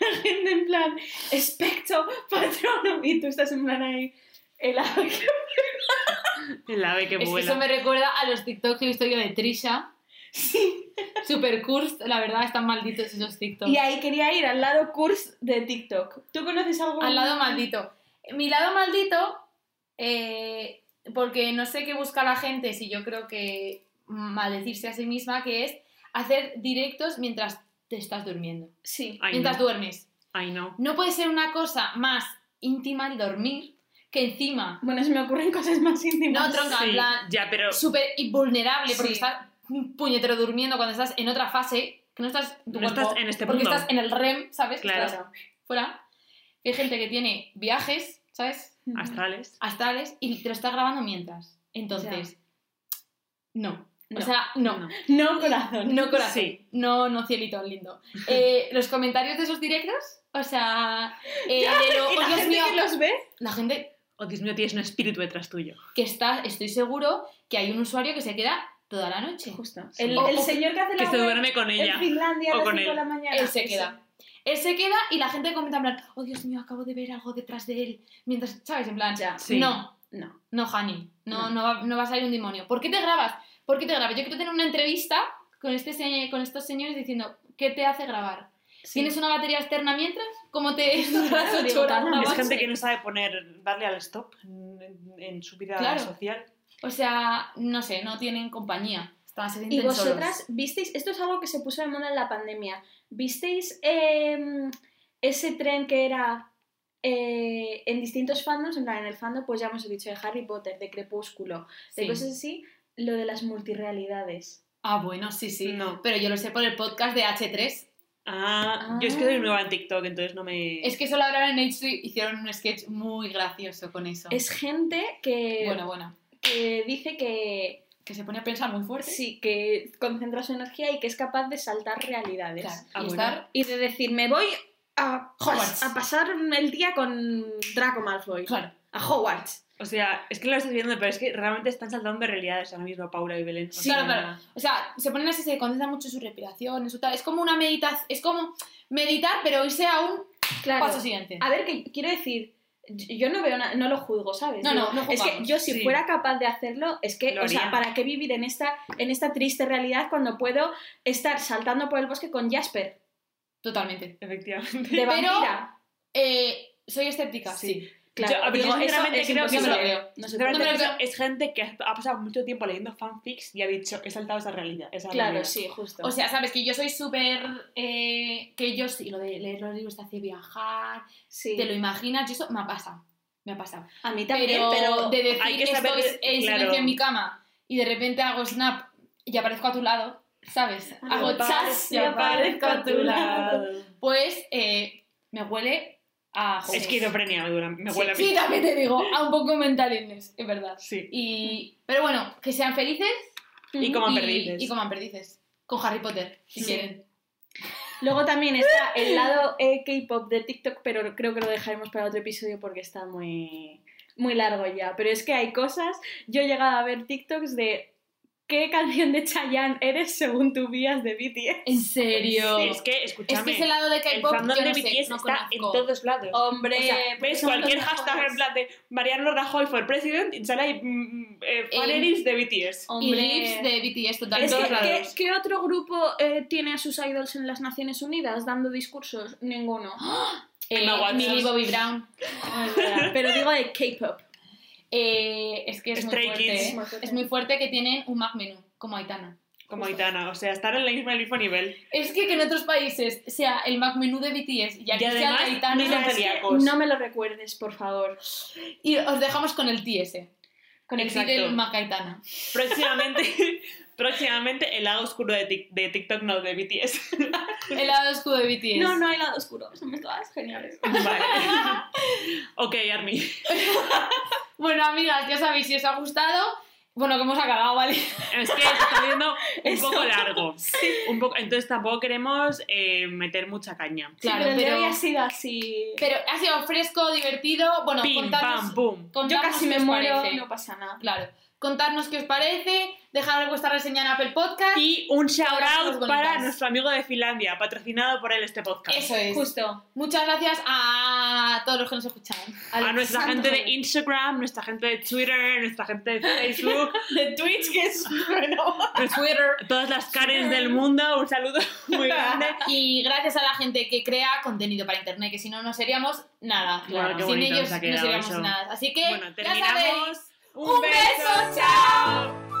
Speaker 3: La gente en plan, espectro, patrono, y tú estás en plan ahí. El ave que-
Speaker 1: El ave que
Speaker 2: Es que
Speaker 1: vuela.
Speaker 2: eso me recuerda a los TikTok que he visto yo de Trisha.
Speaker 3: Sí.
Speaker 2: Super curst, la verdad, están malditos esos TikTok.
Speaker 3: Y ahí quería ir al lado curse de TikTok. ¿Tú conoces algo?
Speaker 2: Al lado maldito. Mi lado maldito, eh, porque no sé qué busca la gente, si yo creo que maldecirse a sí misma, que es hacer directos mientras te estás durmiendo.
Speaker 3: Sí.
Speaker 1: Ay,
Speaker 2: mientras
Speaker 1: no.
Speaker 2: duermes.
Speaker 1: Ay, no.
Speaker 2: No puede ser una cosa más íntima el dormir que encima.
Speaker 3: Bueno, se me ocurren cosas más íntimas.
Speaker 2: No, tronca, en
Speaker 1: Sí,
Speaker 2: plan,
Speaker 1: ya, pero
Speaker 2: súper invulnerable porque
Speaker 3: Sí.
Speaker 2: estás un puñetero durmiendo cuando estás en otra fase, que no estás en tu
Speaker 1: No
Speaker 2: cuerpo,
Speaker 1: estás en este
Speaker 2: porque
Speaker 1: mundo.
Speaker 2: estás en el REM, ¿sabes?
Speaker 1: Claro.
Speaker 2: Estás fuera. Y Hay gente que tiene viajes, ¿sabes?
Speaker 3: Mm.
Speaker 1: astrales.
Speaker 2: Astrales y te lo está grabando mientras. Entonces, no.
Speaker 3: No.
Speaker 2: O sea, no.
Speaker 1: No.
Speaker 3: No, corazón.
Speaker 2: No corazón,
Speaker 1: Sí.
Speaker 2: no, no cielito
Speaker 3: <laughs>
Speaker 2: lindo. Eh, los comentarios de esos directos, o sea, eh, de lo-
Speaker 3: Y la
Speaker 2: oh, Dios
Speaker 3: gente
Speaker 2: mío,
Speaker 3: que los ve.
Speaker 2: la gente
Speaker 1: Oh, Dios mío, tienes un espíritu detrás tuyo.
Speaker 2: que está, estoy seguro que hay un usuario que se queda toda la noche.
Speaker 3: Justo.
Speaker 1: Sí.
Speaker 3: El,
Speaker 1: O-
Speaker 3: el
Speaker 2: o-
Speaker 3: señor que hace
Speaker 1: Que
Speaker 3: la
Speaker 1: se
Speaker 3: web
Speaker 1: duerme con
Speaker 3: en
Speaker 1: ella.
Speaker 3: Finlandia a
Speaker 1: O
Speaker 3: las
Speaker 1: con
Speaker 3: 5 de
Speaker 1: él.
Speaker 3: la mañana.
Speaker 2: Él se queda. Él se queda y la gente comenta en plan, oh Dios mío, acabo de ver algo detrás de él. Mientras, ¿sabes? En plan,
Speaker 3: Ya.
Speaker 1: Sí.
Speaker 2: no,
Speaker 3: No.
Speaker 2: no, Hani, no,
Speaker 3: No.
Speaker 2: no. va, no va a salir un demonio. ¿Por qué te grabas? ¿Por qué te grabas? Yo quiero tener una entrevista con, este, se- con estos señores diciendo, ¿qué te hace grabar? ¿Tienes una batería externa mientras? ¿Cómo
Speaker 3: <laughs>
Speaker 2: te duras
Speaker 3: Digo,
Speaker 2: ocho horas?
Speaker 3: tan
Speaker 2: la
Speaker 1: Es
Speaker 3: avance.
Speaker 2: noche?
Speaker 1: gente que no sabe poner, darle al stop en, en- en su vida
Speaker 2: Claro.
Speaker 1: social.
Speaker 2: O sea, no sé, no tienen compañía. Están, se
Speaker 3: Y
Speaker 2: sienten
Speaker 3: vosotras
Speaker 2: solos.
Speaker 3: visteis, esto es algo que se puso de moda en la pandemia, visteis em, ese tren que era eh, en distintos fandoms, en plan en el fandom, pues ya hemos dicho de Harry Potter, de Crepúsculo, de
Speaker 2: Sí.
Speaker 3: cosas así, lo de las multirealidades.
Speaker 2: Ah, bueno, sí,
Speaker 3: Mm.
Speaker 2: sí.
Speaker 1: No.
Speaker 2: Pero yo lo sé por el podcast de H3.
Speaker 1: Ah, yo es que soy nueva en TikTok, entonces no me.
Speaker 2: Es que solo ahora en H3 hicieron un sketch muy gracioso con eso.
Speaker 3: Es gente que,
Speaker 2: Bueno, bueno.
Speaker 3: que dice que
Speaker 2: Que se pone a pensar muy fuerte.
Speaker 3: sí, que concentra su energía y que es capaz de saltar realidades.
Speaker 2: Claro.
Speaker 1: Ah,
Speaker 2: y
Speaker 1: bueno.
Speaker 2: estar...
Speaker 3: Y de decir, me voy a, pas-
Speaker 2: Hogwarts.
Speaker 3: a pasar el día con Draco Malfoy,
Speaker 2: Claro.
Speaker 3: a Hogwarts.
Speaker 1: O sea, es que lo estás viendo, pero es que realmente están saltando de realidades ahora mismo Paula y Belén. O
Speaker 2: Sí,
Speaker 1: sea,
Speaker 2: claro, O sea, se ponen así, se concentran mucho en su respiración, en su tal. Es como una meditación... Es como meditar, pero irse a un
Speaker 3: Claro. Ah.
Speaker 2: Paso siguiente.
Speaker 3: A ver, que quiero decir, yo yo no veo na- no lo juzgo, ¿sabes?
Speaker 2: No,
Speaker 3: Digo,
Speaker 2: no, no
Speaker 3: Es que
Speaker 2: juzgamos,
Speaker 3: yo si
Speaker 1: sí.
Speaker 3: fuera capaz de hacerlo, es que,
Speaker 1: Lo
Speaker 3: o sea,
Speaker 1: haría.
Speaker 3: ¿para qué vivir en esta, en esta triste realidad cuando puedo estar saltando por el bosque con Jasper,
Speaker 2: Totalmente.
Speaker 1: Efectivamente.
Speaker 3: de
Speaker 2: Pero-
Speaker 3: vampira?
Speaker 2: Eh, soy escéptica,
Speaker 1: Sí.
Speaker 2: sí.
Speaker 3: Claro,
Speaker 1: Yo, a ver,
Speaker 3: digo,
Speaker 1: yo sinceramente
Speaker 3: eso es
Speaker 1: creo que
Speaker 2: Yo me lo
Speaker 3: imposible.
Speaker 2: creo.
Speaker 3: No se puede.
Speaker 1: Realmente
Speaker 2: No, pero-
Speaker 1: eso es gente que ha ha pasado mucho tiempo leyendo fanfics y ha dicho, he saltado esa realidad. esa
Speaker 3: Claro,
Speaker 1: realidad".
Speaker 3: sí, justo.
Speaker 2: O sea, sabes que yo soy súper... eh, que yo sí, lo de leer los libros te hace viajar,
Speaker 3: sí.
Speaker 2: te lo imaginas, yo eso me ha pasado. Me ha pasado.
Speaker 3: A mí también,
Speaker 2: pero,
Speaker 3: pero...
Speaker 2: de decir
Speaker 1: hay que
Speaker 2: que
Speaker 1: saber-
Speaker 2: estoy en
Speaker 1: claro.
Speaker 2: silencio en mi cama y de repente hago snap y aparezco a tu lado, ¿sabes? Hago chas y aparezco a tu lado. Pues eh, me huele a...
Speaker 1: Esquizofrenia, dura. Me
Speaker 2: Sí,
Speaker 1: huele a mí.
Speaker 2: sí, también te digo, a un poco mental illness, es verdad.
Speaker 1: Sí.
Speaker 2: Y, pero bueno, que sean felices
Speaker 1: Y como
Speaker 2: y,
Speaker 1: perdices.
Speaker 2: y coman perdices. Con Harry Potter, si
Speaker 3: Sí.
Speaker 2: quieren.
Speaker 3: Luego también está el lado eh, K-pop de TikTok, pero creo que lo dejaremos para otro episodio porque está muy, muy largo ya. Pero es que hay cosas. Yo he llegado a ver TikToks de qué canción de Chayanne eres según tu vías de BTS.
Speaker 2: ¿En serio?
Speaker 1: Sí, es que,
Speaker 2: Es
Speaker 1: escúchame.
Speaker 2: que ese lado de
Speaker 1: el
Speaker 2: K-pop, yo
Speaker 1: fandom
Speaker 2: no
Speaker 1: de
Speaker 2: sé,
Speaker 1: BTS
Speaker 2: no
Speaker 1: está en
Speaker 2: conozco.
Speaker 1: todos lados.
Speaker 3: Hombre,
Speaker 1: O sea, pues ves Eh, cualquier hashtag en plan de Mariano Rajoy for President y sale ahí mm, eh, fan
Speaker 2: Eh,
Speaker 1: edits de BTS.
Speaker 2: Y lives de BTS total.
Speaker 3: Es
Speaker 1: todos
Speaker 3: que, ¿qué,
Speaker 1: lados.
Speaker 3: qué otro grupo eh, tiene a sus idols en las Naciones Unidas dando discursos? Ninguno.
Speaker 2: Eh,
Speaker 1: Emma Watson.
Speaker 2: Millie Bobby
Speaker 1: <laughs>
Speaker 2: Brown.
Speaker 3: Pero digo de K-pop.
Speaker 2: Eh, es que es
Speaker 1: Stray
Speaker 2: muy
Speaker 1: Kids.
Speaker 2: fuerte.
Speaker 1: Es
Speaker 2: ¿eh? Es muy fuerte que tienen un Mac menú, como Aitana.
Speaker 1: Como Aitana, o sea, estar en el mismo, el mismo nivel.
Speaker 2: Es que, que en otros países sea el Mac menú de BTS y aquí
Speaker 1: Y
Speaker 2: sea
Speaker 1: además,
Speaker 2: de Aitana.
Speaker 1: no son
Speaker 2: es que-
Speaker 1: celíacos.
Speaker 3: No me lo recuerdes, por favor.
Speaker 2: Y os dejamos con el TS. Con el
Speaker 1: Exacto.
Speaker 2: del Mac Aitana.
Speaker 1: <laughs> Próximamente, próximamente el lado oscuro de, Tik- de TikTok, no, de BTS.
Speaker 2: El lado oscuro de BTS.
Speaker 3: No, no hay lado oscuro. Somos todas geniales.
Speaker 1: <laughs> Vale. ok, Army.
Speaker 2: Bueno, amigas, ya sabéis si os ha gustado. Bueno, que hemos acabado, ¿vale?
Speaker 1: Es que se está viendo un
Speaker 3: Eso.
Speaker 1: poco largo. Un poco, entonces tampoco queremos eh, meter mucha caña.
Speaker 2: Claro,
Speaker 3: pero, el de
Speaker 2: pero-
Speaker 3: hoy ha sido así.
Speaker 2: Pero ha sido fresco, divertido. Bueno,
Speaker 1: Pim, pam,
Speaker 2: contadnos,
Speaker 1: pum.
Speaker 3: Yo
Speaker 2: contadnos
Speaker 3: casi
Speaker 2: qué
Speaker 3: me
Speaker 2: os
Speaker 3: muero,
Speaker 2: parece.
Speaker 3: no pasa nada.
Speaker 2: Claro. Contadnos qué os parece. Dejad vuestra reseña en Apple Podcast.
Speaker 1: Y un shout
Speaker 2: Abrazos
Speaker 1: out para
Speaker 2: bonitas.
Speaker 1: nuestro amigo de Finlandia, patrocinado por él este podcast.
Speaker 2: Eso es.
Speaker 3: Justo.
Speaker 2: Muchas gracias a todos los que nos escucharon.
Speaker 1: A nuestra gente de
Speaker 3: Alexandre.
Speaker 1: Instagram, nuestra gente de Twitter, nuestra gente de Facebook,
Speaker 3: <laughs>
Speaker 2: <laughs>
Speaker 3: de Twitch, que es
Speaker 2: Twitter.
Speaker 1: todas las Karens del mundo, un saludo <laughs> muy grande.
Speaker 2: Y gracias a la gente que crea contenido para internet, que si no, no seríamos nada.
Speaker 1: Bueno, qué
Speaker 2: Sin
Speaker 1: bonito
Speaker 2: ellos
Speaker 1: nos ha
Speaker 2: no
Speaker 1: quedado
Speaker 2: seríamos
Speaker 1: eso.
Speaker 2: nada. Así que,
Speaker 1: Bueno,
Speaker 2: ya sabéis.
Speaker 1: terminamos.
Speaker 2: Un beso, chao.